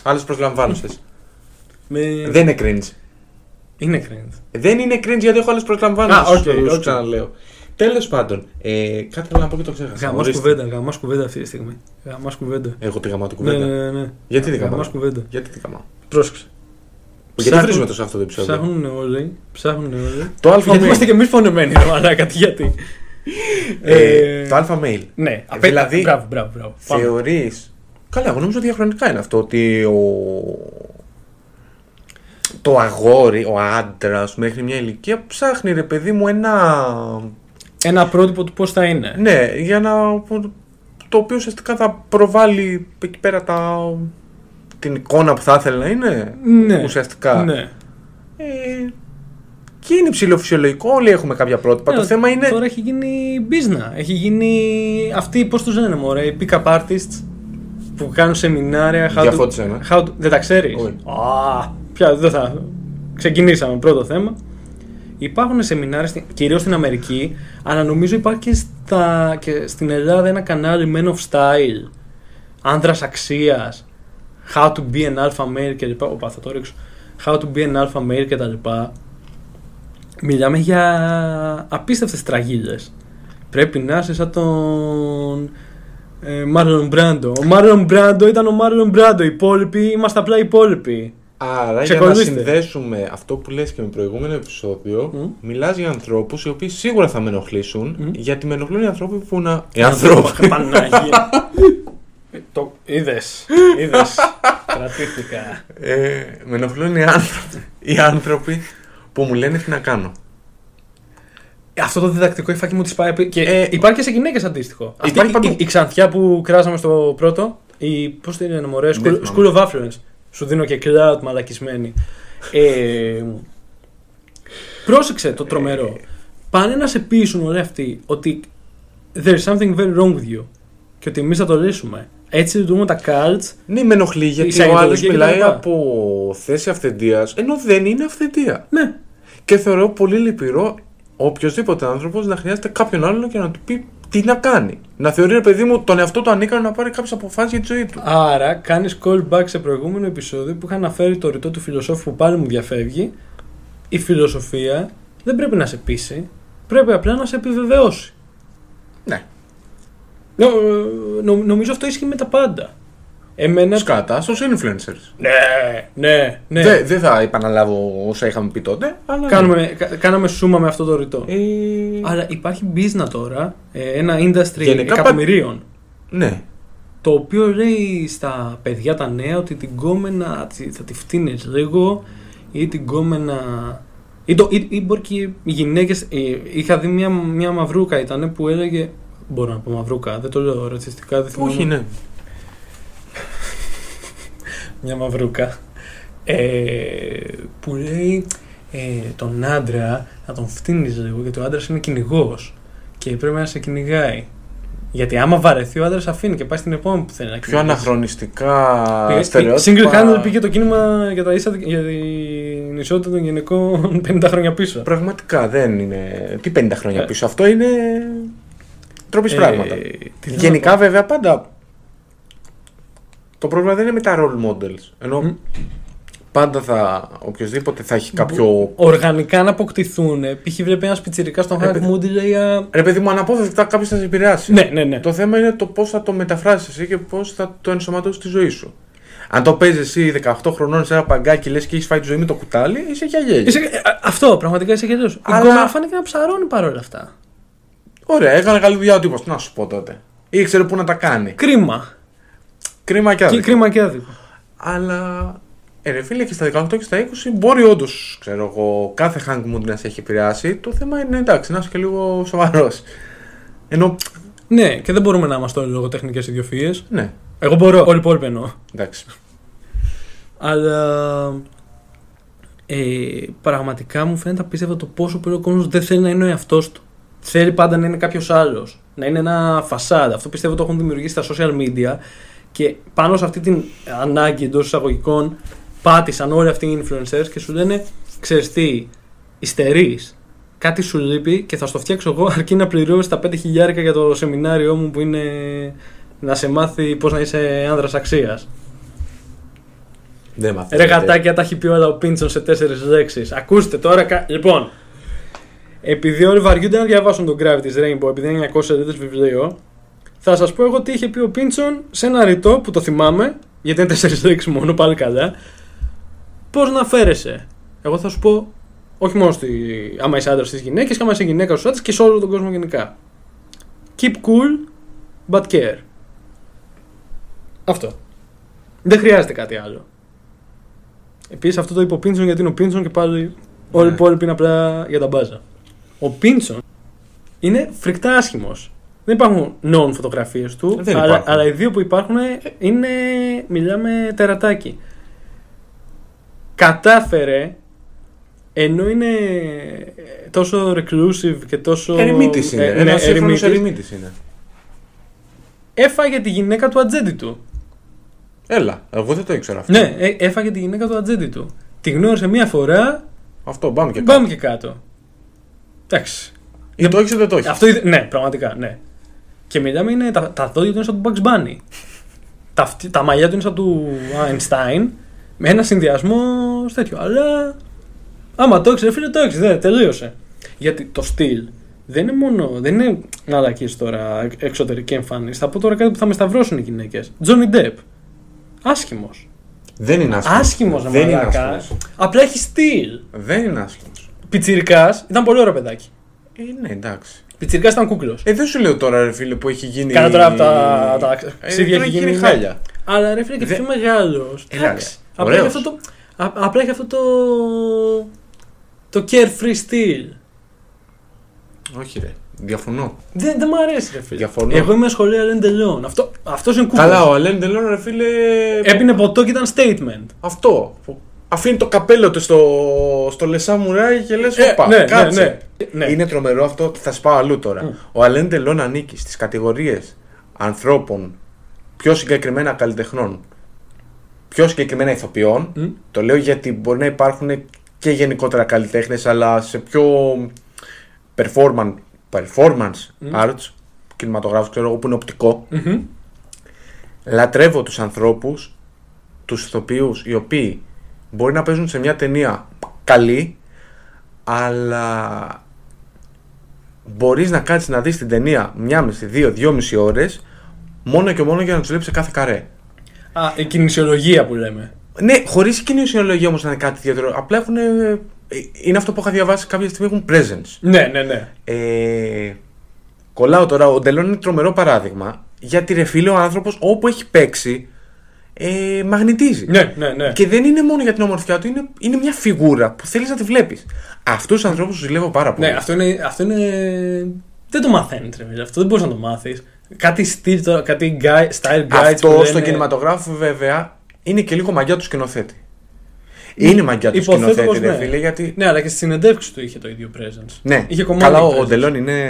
Άλλε προσλαμβάνουσε. Με... <laughs> Δεν είναι cringe. Είναι cringe. Δεν είναι cringe γιατί έχω άλλε Α, οκ, προσλαμβάνουσε. οκ. ξαναλέω. Τέλος πάντων, ε, κάτι θέλω να πω και το ξέχασα. Γαμάς Ορίστε. κουβέντα, γαμάς κουβέντα αυτή τη στιγμή. Γαμάς κουβέντα. Εγώ τη γαμάω την Ναι, κουβέντα. ναι, ναι. Γιατί δεν Γαμάς γαμάω. κουβέντα. Γιατί την γαμάω. Πρόσεξε. Γιατί βρίσκουμε τόσο αυτό το επεισόδιο. Ψάχνουν όλοι, ψάχνουν όλοι. Το αλφα Γιατί είμαστε mail. και εμείς φωνεμένοι, ρε μαλάκα, τι γιατί. Ε, Ε, Το αλφα mail. Ναι, απέτα- δηλαδή, Μπράβο, μπράβο, μπράβο. Πάμε. Θεωρείς. Καλά, εγώ νομίζω διαχρονικά είναι αυτό ότι ο. Το αγόρι, ο άντρας μέχρι μια ηλικία ψάχνει ρε παιδί μου ένα. Ένα πρότυπο του πώς θα είναι. Ναι, για να. Το οποίο ουσιαστικά θα προβάλλει εκεί πέρα τα... την εικόνα που θα ήθελε να είναι. Ναι. Ουσιαστικά. Ναι. Ε, και είναι ψηλοφυσιολογικό, όλοι έχουμε κάποια πρότυπα. το Ναι, θέμα είναι. Τώρα έχει γίνει business. Έχει γίνει. Αυτοί, πώς τους λένε, μωρέ, οι pick-up artists που κάνουν σεμινάρια. how to- Διαφώτισε με. how to- Δεν τα ξέρεις. Όχι. Πια δεν θα. Ξεκινήσαμε πρώτο θέμα. Υπάρχουν σεμινάρια, στην- κυρίως στην Αμερική, αλλά νομίζω υπάρχει και, στα... και στην Ελλάδα ένα κανάλι Men of Style, άνδρας αξίας, How to be an alpha male κλπ. Οπα, θα το ρίξω. How to be an alpha male κλπ. Μιλάμε για απίστευτες τραγίλες. Πρέπει να είσαι σαν τον ε, Μάρλον Μπράντο. Ο Μάρλον Μπράντο ήταν ο Μάρλον Μπράντο. Οι υπόλοιποι είμαστε απλά υπόλοιποι. Άρα για να Ξεκολλήστε. συνδέσουμε αυτό που λες και με προηγούμενο επεισόδιο, Μμ. μιλάς για ανθρώπους οι οποίοι σίγουρα θα με ενοχλήσουν, Μμ. γιατί με ενοχλούν οι άνθρωποι που να... Οι άνθρωποι. Παναγία. Ε, <laughs> Το είδες. Είδες. <laughs> Κρατήθηκα. Ε, με ενοχλούν οι άνθρωποι, οι άνθρωποι που μου λένε τι να κάνω. Ε, Αυτό το διδακτικό υφάκι μου τη πάει. επί- Και Ε, υπάρχει και σε γυναίκες αντίστοιχο. Αυτή, υπάρχει η, παντού. η, η ξανθιά που κράζαμε στο πρώτο. Η, Πώς την είναι, Μωρέ, Δεν School, θυμάμαι. School of Affluence. Σου δίνω και cloud μαλακισμένη. Ε, πρόσεξε το τρομερό. Ε. Πάνε να σε πείσουν, ωραία αυτοί, ότι there's something very wrong with you. Και ότι εμείς θα το λύσουμε. Έτσι λειτουργούν τα cults Ναι, με ενοχλεί γιατί ο εισαγωγή άλλος και τα μιλάει λοιπά. από θέση αυθεντίας, ενώ δεν είναι αυθεντία. Ναι. Και θεωρώ πολύ λυπηρό οποιοδήποτε άνθρωπος να χρειάζεται κάποιον άλλον και να του πει τι να κάνει. Να θεωρεί, ρε παιδί μου, τον εαυτό του ανίκανο να πάρει κάποιες αποφάσεις για τη ζωή του. Άρα, κάνεις callback σε προηγούμενο επεισόδιο που είχα αναφέρει το ρητό του φιλοσόφου που πάλι μου διαφεύγει. Η φιλοσοφία δεν πρέπει να σε πείσει. Πρέπει απλά να σε επιβεβαιώσει. Ναι. Νο, νο- νομίζω αυτό ισχύει με τα πάντα. Εμένα. Σκάτα στου influencers. Ναι, ναι, ναι. Δε- Δεν θα επαναλάβω όσα είχαμε πει τότε, αλλά. Κάνουμε, κα- κάναμε σούμα με αυτό το ρητό. Ε, Αλλά υπάρχει business τώρα, ε, ένα industry Γενικά πα- εκατομμυρίων. Ναι. Το οποίο λέει στα παιδιά τα νέα ότι την κόμενα τσι- θα τη φτύνεις λίγο ή την κόμενα... Ή, το, ή, ή μπορεί και οι γυναίκες... ε, Είχα δει μια, μια μαυρούκα ήταν που έλεγε... Μπορώ να πω μαυρούκα, δεν το λέω ρατσιστικά, δεν θυμάμαι. Όχι, ναι. Μια μαυρούκα. Ε, που λέει ε, τον άντρα να τον φτύνεις λίγο γιατί ο άντρας είναι κυνηγός και πρέπει να σε κυνηγάει. Γιατί άμα βαρεθεί ο άντρας αφήνει και πάει στην επόμενη που θέλει να Πιο κυνηγήσει. αναχρονιστικά Πήγε- στερεότυπα. Ε, Single handed πήγε το κίνημα για, τα ίσα, για την ισότητα των γυναικών <laughs> 50 χρόνια πίσω. Πραγματικά δεν είναι. Τι 50 χρόνια Ε. πίσω. Αυτό είναι. Τρόπι Ε, πράγματα. τι θέλω Γενικά, να βέβαια, πάντα. Το πρόβλημα δεν είναι με τα role models. Ενώ Μμ. πάντα θα. οποιοδήποτε θα έχει κάποιο. πω. Οργανικά να αποκτηθούν. Π.χ. βλέπεις ένας πιτσιρικάς στον Ε, Χάρκ παιδί. Μούντι λέει. α, Ρε παιδί μου, αναπόφευκτα κάποιος θα σε επηρεάσει. Ναι, ναι, ναι. Το θέμα είναι το πώς θα το μεταφράσεις εσύ και πώς θα το ενσωματώσεις στη ζωή σου. Αν το παίζεις εσύ 18 χρονών σε ένα παγκάκι λες και έχεις φάει τη ζωή με το κουτάλι, είσαι για γέλιο. Είσαι- ε, α, αυτό πραγματικά είσαι γελίο. Η Αλλά- κόμμα φάνηκε να ψαρώνει παρόλα αυτά. Ωραία, έκανε καλή δουλειά ο τύπος. Τι να σου πω τότε. Ήξερε πού να τα κάνει. Κρίμα. Κρίμα και Και, άδικο. κρίμα και άδικο. Αλλά ε, ρε φίλε και στα 18 και στα 20 μπορεί όντως, ξέρω εγώ, κάθε hang mood να σε έχει επηρεάσει. Το θέμα είναι εντάξει, να είσαι και λίγο σοβαρός. Ενώ, Ναι, και δεν μπορούμε να είμαστε όλοι λογοτεχνικές ιδιοφυίε. ναι, Εγώ μπορώ. Όλοι οι υπόλοιποι εννοώ. εντάξει. Αλλά ε, πραγματικά μου φαίνεται απίστευτο το πόσο πολύ ο κόσμος δεν θέλει να είναι ο εαυτός του. Θέλει πάντα να είναι κάποιος άλλος. Να είναι ένα φασάδα. Αυτό πιστεύω το έχουν δημιουργήσει τα social media και πάνω σε αυτή την ανάγκη εντός εισαγωγικών πάτησαν όλοι αυτοί οι influencers και σου λένε ξέρεις τι, υστερείς. Κάτι σου λείπει και θα στο φτιάξω εγώ αρκεί να πληρώσεις τα 5 χιλιάρικα για το σεμινάριό μου που είναι να σε μάθει πώς να είσαι άνδρας αξίας. Δεν Ρε μαθαίνετε. γατάκια τα έχει πει όλα ο Πίντσον σε τέσσερις λέξεις. Ακούστε τώρα. κα- Λοιπόν, επειδή όλοι βαριούνται να διαβάσουν τον Gravity's Rainbow, επειδή είναι 900 σελίδε βιβλίο, θα σας πω εγώ τι είχε πει ο Πίντσον σε ένα ρητό που το θυμάμαι, γιατί είναι τέσσερις λέξει μόνο, πάλι καλά. Πώς να φέρεσαι. Εγώ θα σου πω, όχι μόνο στη, άμα είσαι άντρας στις γυναίκες, άμα είσαι γυναίκα στους άντρες και σε όλο τον κόσμο γενικά. Keep cool, but care. Αυτό. Δεν χρειάζεται κάτι άλλο. Επίσης αυτό το είπε ο Πίντσον γιατί είναι ο Πίντσον και πάλι όλοι οι Ναι. υπόλοιποι είναι απλά για τα μπάζα. Ο Πίντσον είναι φρικτά άσχημος. Δεν υπάρχουν known φωτογραφίες του, Δεν αλλά, υπάρχουν. αλλά οι δύο που υπάρχουν είναι. μιλάμε τερατάκι. Κατάφερε ενώ είναι τόσο reclusive και τόσο. Ερημίτης είναι. Ε, ναι, Ένας σύγχρονο ερημίτης, ερημίτης είναι. Έφαγε τη γυναίκα του ατζέντη του. Έλα, εγώ δεν το ήξερα αυτό. Ναι, ε, έφαγε τη γυναίκα του ατζέντη του. Τη γνώρισε μία φορά Αυτό, πάμε και και πάμε. πάμε και κάτω. Εντάξει. Ή το ήξερε δεν το έχεις. Αυτό είδε- ναι, πραγματικά, ναι. Και μιλάμε είναι τα, τα δόντια του είναι σαν του Bugs Bunny. τα, φτι- τα μαλλιά του είναι σαν του Einstein. Με ένα συνδυασμό σε τέτοιο. Αλλά άμα το ήξερε, φίλε, το ήξερε. Δεν, τελείωσε. Γιατί το στυλ δεν είναι μόνο. Δεν είναι να λακίσει τώρα εξ- εξωτερική εμφάνιση. Θα πω τώρα κάτι που θα με σταυρώσουν οι γυναίκες. Johnny Depp. Άσχημος. Δεν είναι άσχημος. Άσχημος να Δεν είναι μαλάκα. άσχημος. Απλά έχει στυλ. Δεν είναι άσχημος. Πιτσυρικά ήταν πολύ ωραίο παιδάκι. Ε, ναι, εντάξει. Πιτσυρικά ήταν κούκλος. Ε, δεν σου λέω τώρα, ρε φίλε, που έχει γίνει. Κάνε τώρα απ' τα- τα ξύδια τώρα έχει γίνει γίνει χάλια. Αλλά ρε φίλε και Δε- πιο μεγάλο. Ε, ρε, Εντάξει. Απλά ωραίος. έχει αυτό το. α- Απλά έχει αυτό το. Το carefree στυλ. Όχι, ρε. Διαφωνώ. Δεν, δεν μ' αρέσει, ρε φίλε. Διαφωνώ. Εγώ είμαι σχολείο Αλέν Τελειών. Αυτό αυτός είναι κούκλος. Καλά, ο Αλέν Τελών, ρε φίλε. Έπινε ποτό και ήταν statement. Αυτό. Αφήνει το καπέλο του στο, στο λεσά μουράκι και λες: Ε, Όπα, ναι, ναι, κάτσε. ναι. Ναι. Είναι τρομερό αυτό. Θα σπάω αλλού τώρα. Mm. Ο Αλέν Τελών ανήκει στις κατηγορίες ανθρώπων, πιο συγκεκριμένα καλλιτεχνών, πιο συγκεκριμένα ηθοποιών. Μμ. Το λέω γιατί μπορεί να υπάρχουν και γενικότερα καλλιτέχνες, αλλά σε πιο performance, performance arts, κινηματογράφους, ξέρω εγώ, που είναι οπτικό. Μμμ. Λατρεύω τους ανθρώπους, τους ηθοποιούς, οι οποίοι μπορεί να παίζουν σε μια ταινία καλή, αλλά μπορείς να κάτσεις να δεις την ταινία μια μισή, δύο, δυόμιση ώρες, μόνο και μόνο για να τους λείψει κάθε καρέ. Α, η κινησιολογία που λέμε. Ναι, χωρίς κοινωνιολογία όμως να είναι κάτι ιδιαίτερο. Απλά έχουν... ε, ε, Είναι αυτό που είχα διαβάσει κάποια στιγμή, έχουν presence. Ναι, ναι, ναι. Ε, κολλάω τώρα. Ο Ντελόν είναι τρομερό παράδειγμα. Γιατί ρε φίλε, ο άνθρωπος όπου έχει παίξει ε, μαγνητίζει. Ναι, ναι, ναι. Και δεν είναι μόνο για την ομορφιά του, είναι, είναι μια φιγούρα που θέλεις να τη βλέπεις. Αυτούς τους ανθρώπους τους ζηλεύω πάρα πολύ. Ναι, αυτό είναι. Αυτό είναι... Δεν το μαθαίνεις, ρε φίλε. Αυτό δεν μπορείς να το μάθεις. Κάτι στυλ τώρα, κάτι guy, style guides. Αυτό που λένε- στον κινηματογράφο βέβαια είναι και λίγο μαγιά του σκηνοθέτη. Είναι μαγιά του Υποθέτω σκηνοθέτη, πως ρε ναι. φίλε, γιατί. Ναι, αλλά και στι συνεντεύξει του είχε το ίδιο presence. Ναι, είχε κομμάτι. καλά, presence. ο Ντελόν είναι.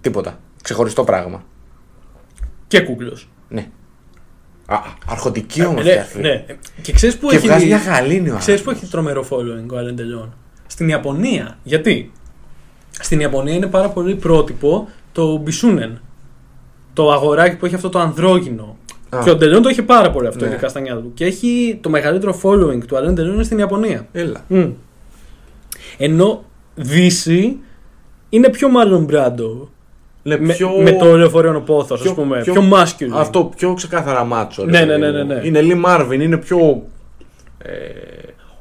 τίποτα. Ξεχωριστό πράγμα. Και κούκλο. Ναι. Α, αρχοντική ομορφιά. Ναι, φίλε. ναι. Και ξέρεις που Και έχει. βγάζει μια γαλήνη ο Ξέρεις άνθρωπος. που έχει τρομερό following ο Άλεν Τελειών. Στην Ιαπωνία. Γιατί. Στην Ιαπωνία είναι πάρα πολύ πρότυπο το Μπισούνεν. Το αγοράκι που έχει αυτό το ανδρόγυνο. Α. Και ο Τελειών το έχει πάρα πολύ αυτό, Ναι. ειδικά στα νιάτα του. Και έχει το μεγαλύτερο following του Άλεν Τελειών είναι στην Ιαπωνία. Έλα. Μμ. Ενώ Δύση είναι πιο μάλλον μπράντο. Ναι, Με, πιο... με το λεωφορείο πόθο, α πούμε. Πιο, masculine. Αυτό, πιο ξεκάθαρα μάτσο. ρε Ναι, παιδί ναι, ναι, μου. ναι, ναι. Είναι Λί Μάρβιν, είναι πιο. Ε,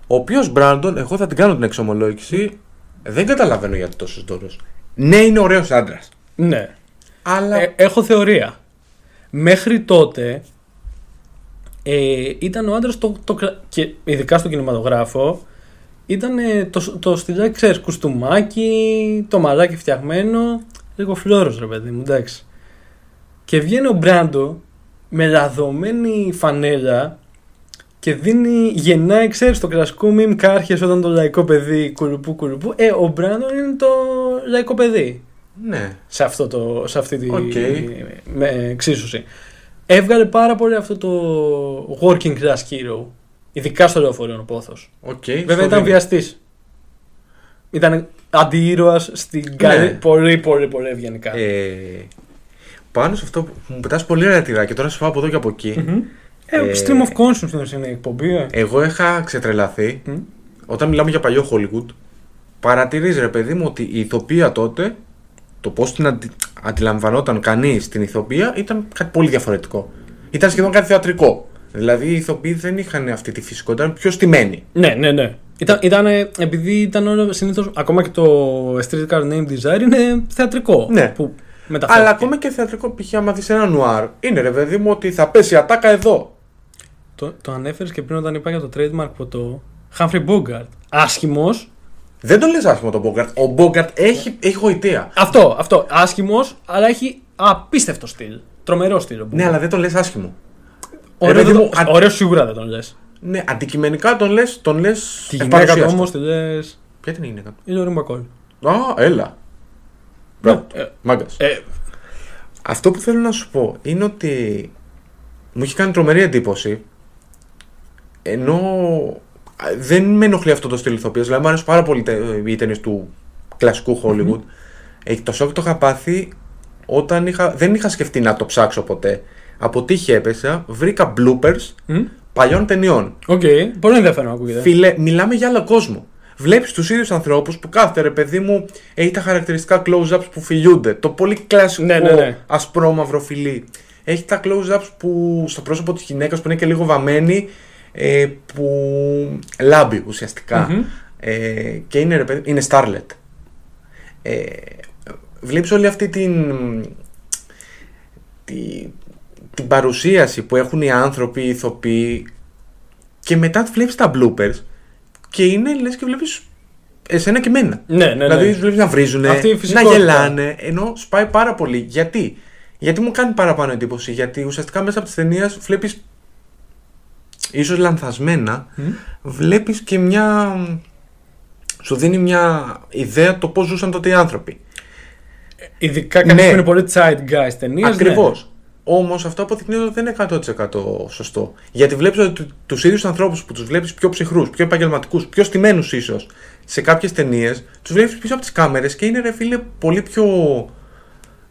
ο οποίος Μπράντον, εγώ θα την κάνω την εξομολόγηση, δεν καταλαβαίνω γιατί τόσο τόρο. Ναι, είναι ωραίος άντρας. Ναι. Αλλά. Ε, έχω θεωρία. Μέχρι τότε ε, ήταν ο άντρας το, το κρα- και ειδικά στον κινηματογράφο ήταν ε, το, το στυλάκι, ξέρεις, κουστούμάκι, το μαλάκι φτιαγμένο, λίγο φλόρος ρε παιδί μου, εντάξει. Και βγαίνει ο Μπράντο με λαδωμένη φανέλα και δίνει, γεννάει, ξέρεις, το κλασικό μιμ κάρχες όταν το λαϊκό παιδί κουλουπού κουλουπού. Ε, ο Μπράντο είναι το λαϊκό παιδί ναι. σε, αυτό το, σε αυτή τη Οκ. με, εξίσωση. Έβγαλε πάρα πολύ αυτό το working class hero. Ειδικά στο λεωφορείο ο πόθος. Οκ. ναι. Βέβαια στο ήταν δίνω. βιαστής. Ήταν αντίήρωα στην καλή. Ναι. Πολύ, πολύ, πολύ ευγενικά. Ε, πάνω σε αυτό που μου πετάς πολύ ωραία τυρά και τώρα σε φάω από εδώ και από εκεί. Μμμ. Ε, Ε, stream of consciousness είναι η εκπομπή. ε. Εγώ είχα ξετρελαθεί Μμ. όταν μιλάμε για παλιό Hollywood, παρατηρείς ρε παιδί μου ότι η ηθοπία τότε, το πώς την αντι- αντιλαμβανόταν κανείς την ηθοπία ήταν κάτι πολύ διαφορετικό. Ήταν σχεδόν κάτι θεατρικό. Δηλαδή οι ηθοποιοί δεν είχαν αυτή τη φυσικότητα, ήταν πιο στημένοι. Ναι, ναι, ναι. Ήταν, ήτανε- επειδή ήταν όλο συνήθως. Ακόμα και το A Street Car Name Desire είναι θεατρικό. Ναι. Που Αλλά μεταφέρθηκε. ακόμα και θεατρικό π.χ. άμα δεις ένα νουάρ, είναι ρε παιδί μου ότι θα πέσει η ατάκα εδώ. Το, το ανέφερες και πριν όταν είπα για το trademark ποτό. Humphrey Bogart. Άσχημος. Δεν το λες άσχημα τον Μπόγκαρτ. Ο Μπόγκαρτ έχει, έχει γοητεία. Αυτό, αυτό. Άσχημος, αλλά έχει απίστευτο στυλ. Τρομερό στυλ. ο Bogart. Ναι, αλλά δεν το λες άσχημο. ωραίο, ρε παιδί δεν το- μου, αν- ωραίο σίγουρα δεν τον λες. Ναι, αντικειμενικά τον λες, τον λες Τη γυναίκα του ευπαρουσίαστο. όμω τη λες. Ποια ήταν η γυναίκα του. Η Λόρι Μπακόλ. Α, έλα. Μπράβο. Ε, Μάγκας. ε, Αυτό που θέλω να σου πω είναι ότι μου έχει κάνει τρομερή εντύπωση ενώ α, δεν με ενοχλεί αυτό το στυλ ηθοποιίας, δηλαδή μου αρέσουν πάρα πολύ τε- οι ταινίες του κλασικού Hollywood. Ε, το σοκ το είχα πάθει όταν είχα, δεν είχα σκεφτεί να το ψάξω ποτέ. Από τύχη έπεσα, βρήκα bloopers μ, παλιών ταινιών. Οκ, πολύ ενδιαφέρον ακούγεται. Φίλε, μιλάμε για άλλο κόσμο. Βλέπεις τους ίδιους ανθρώπους που κάθεται, ρε παιδί μου, έχει τα χαρακτηριστικά close-ups που φιλιούνται. Το πολύ κλασικό Ναι, ναι, ναι. ασπρόμαυρο φιλί. έχει τα close-ups που στο πρόσωπο της γυναίκας που είναι και λίγο βαμμένη ε, που λάμπει ουσιαστικά. Μμμ. Ε, και είναι, ρε παιδί, είναι Starlet. Ε, βλέπεις όλη αυτή την, τη- την παρουσίαση που έχουν οι άνθρωποι, οι ηθοποιοί και μετά βλέπεις τα bloopers και είναι λες και βλέπεις εσένα και εμένα. Ναι, ναι, ναι. Δηλαδή τους βλέπεις να βρίζουν, Αυτή η να φυσικότητα. γελάνε, ενώ σπάει πάρα πολύ. Γιατί? Γιατί μου κάνει παραπάνω εντύπωση, γιατί ουσιαστικά μέσα από τις ταινίες βλέπεις. ίσως λανθασμένα, Μμ. βλέπεις και μια. σου δίνει μια ιδέα το πώς ζούσαν τότε οι άνθρωποι. Ειδικά κάποιες Ναι. που είναι πολύ zeitgeist ταινίες. ναι. Ακριβώ. Όμως αυτό αποδεικνύεται ότι δεν είναι 100% σωστό. Γιατί βλέπεις ότι του ίδιου ανθρώπους που τους βλέπεις πιο ψυχρούς, πιο επαγγελματικούς, πιο στημένους ίσως σε κάποιες ταινίες, τους βλέπεις πίσω από τις κάμερες και είναι ρε φίλε πολύ πιο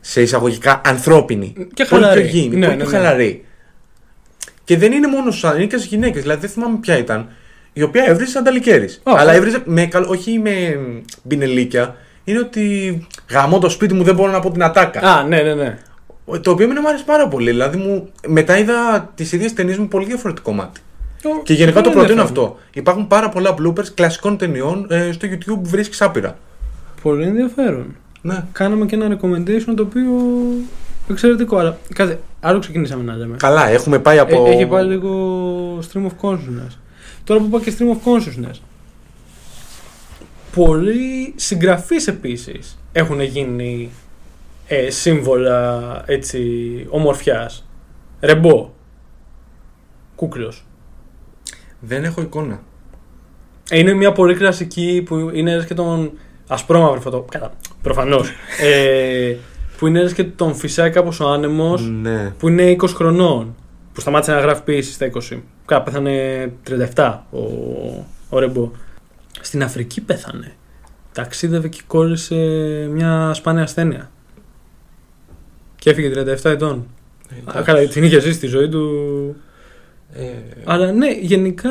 σε εισαγωγικά ανθρώπινοι. Και Πολύ χαλαροί. πιο γήινοι, Ναι, πολύ ναι, πιο ναι. χαλαροί. Και δεν είναι μόνο σαν, είναι και στις γυναίκες. Δηλαδή δεν θυμάμαι ποια ήταν. Η οποία έβριζε σαν ταλικέρι. Α, Αλλά ναι. έβριζε με, καλ- όχι με μ, μπινελίκια. Είναι ότι γαμώ το σπίτι μου, δεν μπορώ να πω την ατάκα. Ναι. Α, ναι, ναι, ναι. Το οποίο μου άρεσε πάρα πολύ. Δηλαδή, μου... μετά είδα τις ίδιες ταινίες με πολύ διαφορετικό μάτι. Και γενικά το Είναι προτείνω ενδιαφέρον. αυτό. Υπάρχουν πάρα πολλά bloopers κλασικών ταινιών. ε, στο YouTube βρίσκεις άπειρα. Πολύ ενδιαφέρον. Ναι. Κάναμε και ένα recommendation το οποίο εξαιρετικό. Αλλά κάτσε, άλλο ξεκινήσαμε να λέμε. Καλά, έχουμε πάει από. Ε, έχει πάει λίγο stream of consciousness. Τώρα που είπα και stream of consciousness. Πολλοί συγγραφείς επίσης έχουν γίνει ε, σύμβολα έτσι ομορφιάς. Ρεμπό. Κούκλος. Δεν έχω εικόνα. Ε, Είναι μια πολύ κλασική που είναι ένας και τον ασπρόμαυρο φωτό. Καλά, προφανώς. ε, που είναι ένας και τον φυσάει κάπως ο άνεμος Ναι. που είναι 20 χρονών. Που σταμάτησε να γράφει ποιήση στα 20. Κάπου πέθανε 37 ο, ο Ρεμπό. Στην Αφρική πέθανε. Ταξίδευε και κόλλησε μια σπάνια ασθένεια. Και έφυγε 37 ετών. Α, Καλά, την είχε ζήσει τη ζωή του. Ε, Αλλά ναι, γενικά.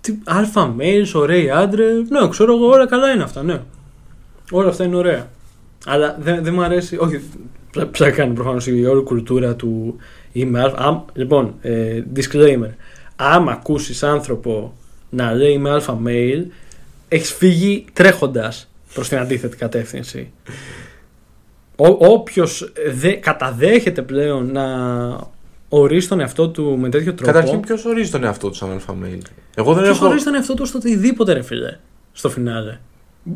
Τι, αλφα μέιλ, ωραίοι άντρε. Ναι, ξέρω εγώ, όλα καλά είναι αυτά, ναι. Όλα αυτά είναι ωραία. Αλλά δεν, δεν μου αρέσει. Όχι, ψα- ψάχνει προφανώς η όλη κουλτούρα του. Είμαι αλφα. αμ- λοιπόν, ε, disclaimer. Άμα ακούσεις άνθρωπο να λέει είμαι αλφα mail, έχεις φύγει τρέχοντας προς την αντίθετη κατεύθυνση. Όποιο καταδέχεται πλέον να ορίσει τον εαυτό του με τέτοιο τρόπο. Καταρχήν, ποιος ορίζει τον εαυτό του σαν αλφαμέιλ. Εγώ δεν Ποιος έχω. χωρίζει τον εαυτό του στο οτιδήποτε, ρε φίλε, στο φινάλε.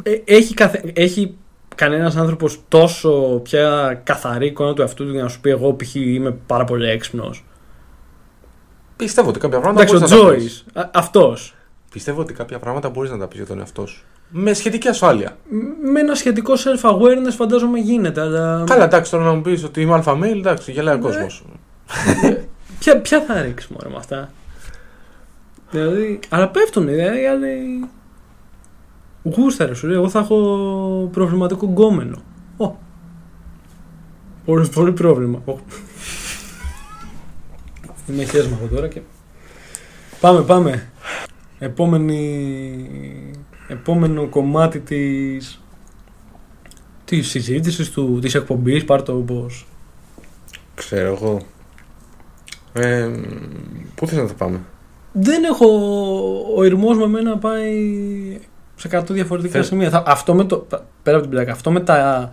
Ε, έχει καθε... έχει κανένας άνθρωπος τόσο πια καθαρή εικόνα του εαυτού του για να σου πει: Εγώ π.χ. είμαι πάρα πολύ έξυπνος. Πιστεύω ότι κάποια πράγματα Εντάξει, ο μπορείς να τα Τζόι. πεις. Αυτός. Πιστεύω ότι κάποια πράγματα μπορείς να τα πεις για τον εαυτό σου. Με σχετική ασφάλεια. Με ένα σχετικό self-awareness φαντάζομαι γίνεται, αλλά. Καλά, εντάξει, τώρα να μου πεις ότι είμαι αλφαμέιλ, εντάξει, γελάει ο Ναι. κόσμος. Ποια, ποια θα ρίξεις μόνο με αυτά. Δηλαδή, αλλά πέφτουν δηλαδή, οι άλλοι. Γούστα, ρε, σου λέει. Εγώ θα έχω προβληματικό γκόμενο. Ω. Πολύ, πολύ πρόβλημα. Ω. Είμαι χέσμα από τώρα και. Πάμε, πάμε. Επόμενη... Επόμενο κομμάτι της της συζήτησης του, της εκπομπής, πάρ' το όπως... Ξέρω εγώ. Ε, πού θες να τα πάμε. Δεν έχω. Ο ηρμός με εμένα πάει σε 100 διαφορετικά Θε- σημεία. Θα- Αυτό με το. Πέρα από την πλάκα, αυτό με τα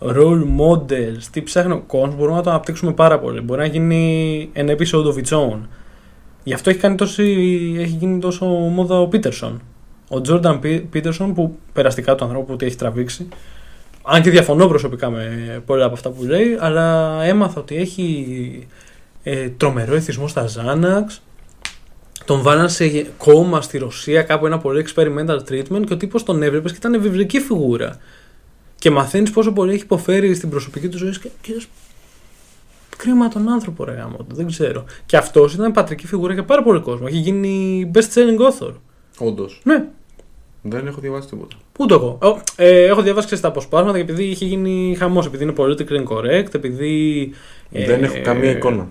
role models, τι ψάχνει ο κόσμος, μπορούμε να το αναπτύξουμε πάρα πολύ. Μπορεί να γίνει ένα episode of its own. Γι' αυτό έχει, κάνει τόση, έχει γίνει τόσο μόδα ο Πίτερσον. Ο Τζόρνταν Πίτερσον που περαστικά του ανθρώπου ότι έχει τραβήξει. Αν και διαφωνώ προσωπικά με πολλά από αυτά που λέει, αλλά έμαθα ότι έχει ε, τρομερό εθισμό στα Ζάναξ. Τον βάλαν σε κόμμα στη Ρωσία, κάπου ένα πολύ experimental treatment και ο τύπος τον έβλεπες και ήταν βιβλική φιγούρα. Και μαθαίνεις πόσο πολύ έχει υποφέρει στην προσωπική του ζωή και, και λες, Κρίμα τον άνθρωπο, ρε γάμο του, δεν ξέρω. Και αυτός ήταν πατρική φιγούρα για πάρα πολύ κόσμο. Έχει γίνει best selling author. Όντως. Ναι, Δεν έχω διαβάσει τίποτα. ούτε εγώ. Ο, ε, έχω διαβάσει και στα αποσπάσματα και επειδή είχε γίνει χαμός, επειδή είναι politically incorrect, επειδή. ε, δεν έχω καμία εικόνα.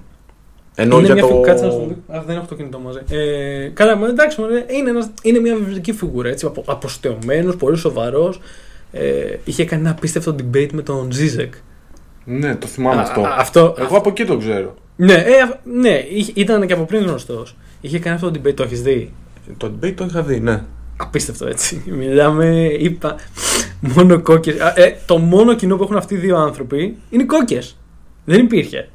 Ενώ είναι για μια το. φι- Κάτσε να σου δω. Αχ, δεν έχω το κινητό μαζί. Ε, καλά, μα, εντάξει, μωρέ, είναι, ένας, είναι μια βιβλική φιγούρα. Έτσι, απο, αποστεωμένος, πολύ σοβαρός. Ε, είχε κάνει ένα απίστευτο debate με τον Ζίζεκ. Ναι, το θυμάμαι Α, αυτό. α, αυτό- Εγώ από εκεί το ξέρω. Ναι, ε, α- ναι είχε- ήταν και από πριν γνωστός. Είχε κάνει αυτό το debate, το έχεις δει. Το debate το είχα δει, ναι. Απίστευτο έτσι. <laughs> Μιλάμε, είπα. Μόνο κόκκες. Ε, το μόνο κοινό που έχουν αυτοί οι δύο άνθρωποι είναι οι κόκκες. Δεν υπήρχε.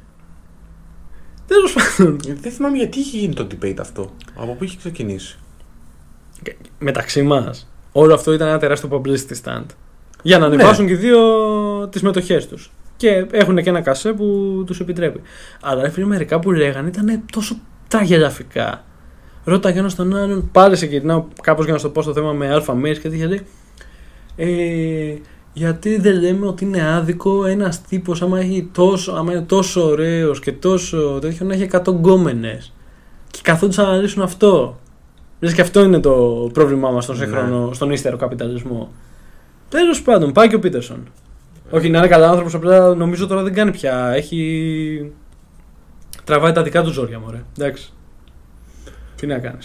Τέλος πάντων. Δεν θυμάμαι γιατί είχε γίνει το debate αυτό. Από πού είχε ξεκινήσει. Μεταξύ μας, όλο αυτό ήταν ένα τεράστιο publicity stand. Για να Ναι. ανεβάσουν και οι δύο τις μετοχές τους. Και έχουν και ένα κασέ που τους επιτρέπει. Αλλά ρε φίλε, μερικά που λέγανε ήταν τόσο τραγελαφικά. Ρώταγε ένα τον άλλον, πάλι σε κυρνάω κάπως για να σου το πω στο θέμα με αλφα μέρε και τέτοια. λέει, Ε, γιατί δεν λέμε ότι είναι άδικο ένας τύπος, άμα, έχει τόσο- άμα είναι τόσο ωραίος και τόσο τέτοιο, να έχει 100 γκόμενες. Και καθόντουσαν να λύσουν αυτό. Λες και αυτό είναι το πρόβλημά μας στον Ναι. σύγχρονο, στον ύστερο καπιταλισμό. Τέλος πάντων, πάει και ο Πίτερσον. Όχι, να είναι καλά άνθρωπος, απλά νομίζω τώρα δεν κάνει πια. Έχει. Τραβάει τα δικά του ζόρια, μωρέ. Εντάξει. Τι να κάνεις.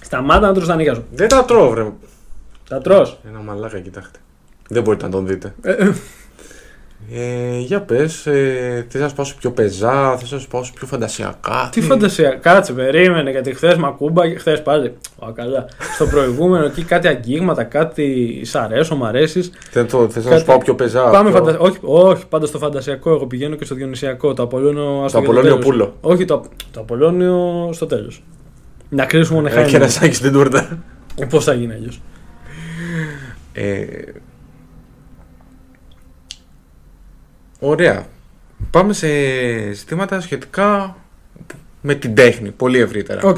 Σταμάτα να τρως τα νίκια σου. Δεν τα τρώω, βρε. Τα τρως. Ένα μαλάκα, κοιτάξτε. Δεν μπορείτε να τον δείτε. Ε, ε, Ε, για πες, ε, θες να σου πάω σε πιο πεζά, θες να σου πάω σε πιο φαντασιακά. Τι φαντασία. Κάτσε, περίμενε. Γιατί χθες μακούμπα και χθες πάλι. Ω, καλά. Στο προηγούμενο εκεί κάτι αγγίγματα, κάτι σ' αρέσω, μ' αρέσεις. Θες να Κάτι- σου πάω πιο πεζά. Πάμε πιο- φαντα... όχι, όχι, πάντα στο φαντασιακό. Εγώ πηγαίνω και στο διονυσιακό. Το Απολώνιο. ας Το για το Απολώνιο τέλος. Πούλο. Όχι, το, το Απολώνιο στο τέλος. Να κρίσουμε να Ένα χάνει. κερασάκι στην τούρτα. Πώς θα γίνει αλλιώς. Ε, ωραία. Πάμε σε ζητήματα σχετικά με την τέχνη, πολύ ευρύτερα. Οκ.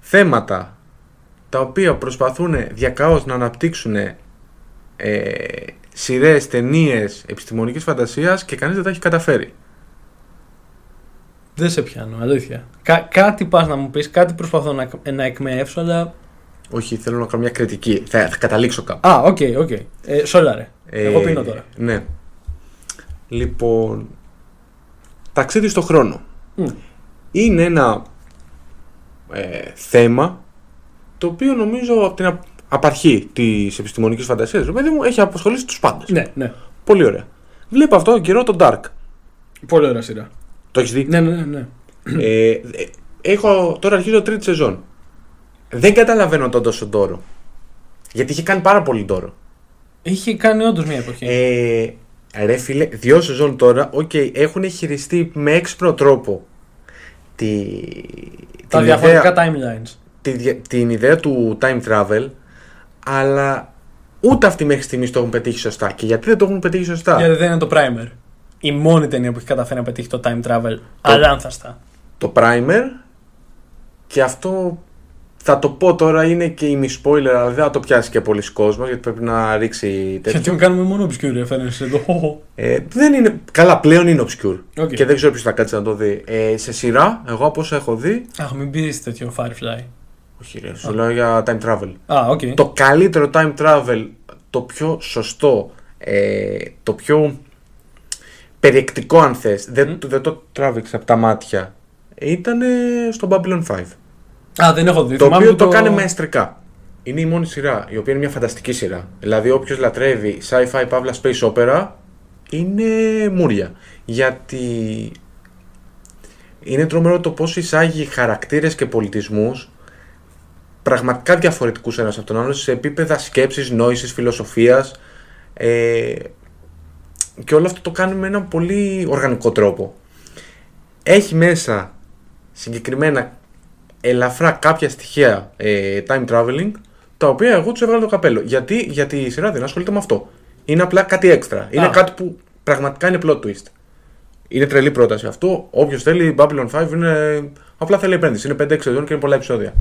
θέματα τα οποία προσπαθούν διακάως να αναπτύξουν ε, σειρές, ταινίες επιστημονικής φαντασίας και κανείς δεν τα έχει καταφέρει. Δεν σε πιάνω, αλήθεια. Κα- κάτι πας να μου πεις, κάτι προσπαθώ να, να εκμεεύσω, αλλά. Όχι, θέλω να κάνω μια κριτική. Θα, θα καταλήξω κάπου. Α, οκ, οκ. Ε, σόλαρε. Εγώ πίνω τώρα. Ναι. Λοιπόν, ταξίδι στο χρόνο. Μμ. Είναι ένα ε, θέμα το οποίο νομίζω από την α- απαρχή της επιστημονικής φαντασίας ρε παιδί μου, έχει απασχολήσει τους πάντες. Ναι, ναι. Πολύ ωραία. Βλέπω αυτό τον καιρό το Dark. Πολύ ωραία σειρά. Το έχεις δει. Ναι, ναι, ναι. ναι. Ε, ε, έχω, τώρα αρχίζω τρίτη σεζόν. Δεν καταλαβαίνω τον τόσο τόρο. Γιατί είχε κάνει πάρα πολύ τόρο. Είχε κάνει όντως μια εποχή. Ε, ρε φίλε, δύο σεζόν τώρα, οκ, έχουν χειριστεί με έξυπνο τρόπο τη, τα την, διαφορετικά ιδέα, timelines. τη δια- την ιδέα του time travel, αλλά ούτε αυτοί μέχρι στιγμής το έχουν πετύχει σωστά. Και γιατί δεν το έχουν πετύχει σωστά. Γιατί δεν είναι το primer. Η μόνη ταινία που έχει καταφέρει να πετύχει το time travel. Αλλά άνθαστα. το primer και αυτό θα το πω τώρα είναι και η μη spoiler αλλά δεν θα το πιάσει και πολλοί κόσμος γιατί πρέπει να ρίξει τέτοιο. <laughs> Γιατί τον κάνουμε μόνο obscure references εδώ. Ε, δεν είναι, καλά πλέον είναι obscure Οκ. και δεν ξέρω ποιος θα κάτσει να το δει. Ε, σε σειρά, εγώ από όσα έχω δει, Αχ, μην πεις τέτοιο Firefly. όχι ρε, σου λέω για time travel. Α, οκ. Το καλύτερο time travel, το πιο σωστό, ε, το πιο περιεκτικό αν θες, δεν, δεν το τράβηξε από τα μάτια, ήταν στο Babylon 5. Α, δεν έχω δει. Το Θυμάμαι οποίο που το κάνει μαεστρικά. Είναι η μόνη σειρά, η οποία είναι μια φανταστική σειρά. Δηλαδή, όποιος λατρεύει sci-fi παύλα space opera, είναι μούρια. Γιατί είναι τρομερό το πώς εισάγει χαρακτήρες και πολιτισμούς πραγματικά διαφορετικούς ένας από τον άλλον σε επίπεδα σκέψης, νόησης, φιλοσοφίας. Ε, και όλο αυτό το κάνει με έναν πολύ οργανικό τρόπο. Έχει μέσα συγκεκριμένα ελαφρά κάποια στοιχεία ε, time traveling, τα οποία εγώ τους έβγαλα το καπέλο. Γιατί, γιατί η σειρά δεν ασχολείται με αυτό. Είναι απλά κάτι έξτρα. Είναι κάτι που πραγματικά είναι plot twist. Είναι τρελή πρόταση αυτό. Όποιος θέλει, Babylon 5 είναι. Απλά θέλει επένδυση. Είναι 5-6 σεζόν και είναι πολλά επεισόδια.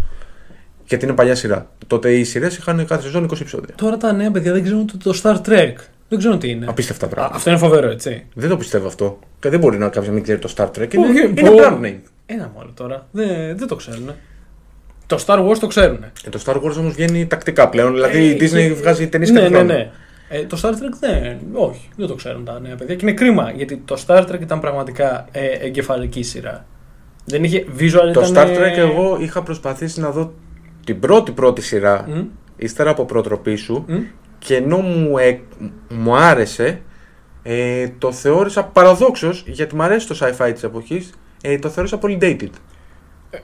Γιατί είναι παλιά σειρά. Τότε οι σειρές είχαν κάθε σεζόν 20 επεισόδια. Τώρα τα νέα παιδιά δεν ξέρουν το, το Star Trek. Δεν ξέρουν τι είναι. Απίστευτα Α, πράγματα. αυτό είναι φοβερό, έτσι. Δεν το πιστεύω αυτό. Και δεν μπορεί να κάποιος να μην ξέρει το Star Trek. Οκ, Είναι, είναι πω. brand name. Ένα μόνο τώρα. Δεν, δεν το ξέρουν. Το Star Wars το ξέρουν. Ε, το Star Wars όμως βγαίνει τακτικά πλέον. Δηλαδή η Ε, Disney και- βγάζει ταινίες ναι, κάθε ναι, χρόνο. ναι. Ε, το Star Trek δεν, όχι, δεν το ξέρουν τα νέα παιδιά και είναι κρίμα γιατί το Star Trek ήταν πραγματικά ε, εγκεφαλική σειρά. Δεν είχε visual Το ήταν, Star ε, Trek εγώ είχα προσπαθήσει να δω την πρώτη πρώτη σειρά μ, ύστερα από προτροπή σου μ. και ενώ μου, ε, μου άρεσε, ε, το θεώρησα παραδόξως, γιατί μου αρέσει το sci-fi της εποχής, ε, το θεώρησα πολύ dated.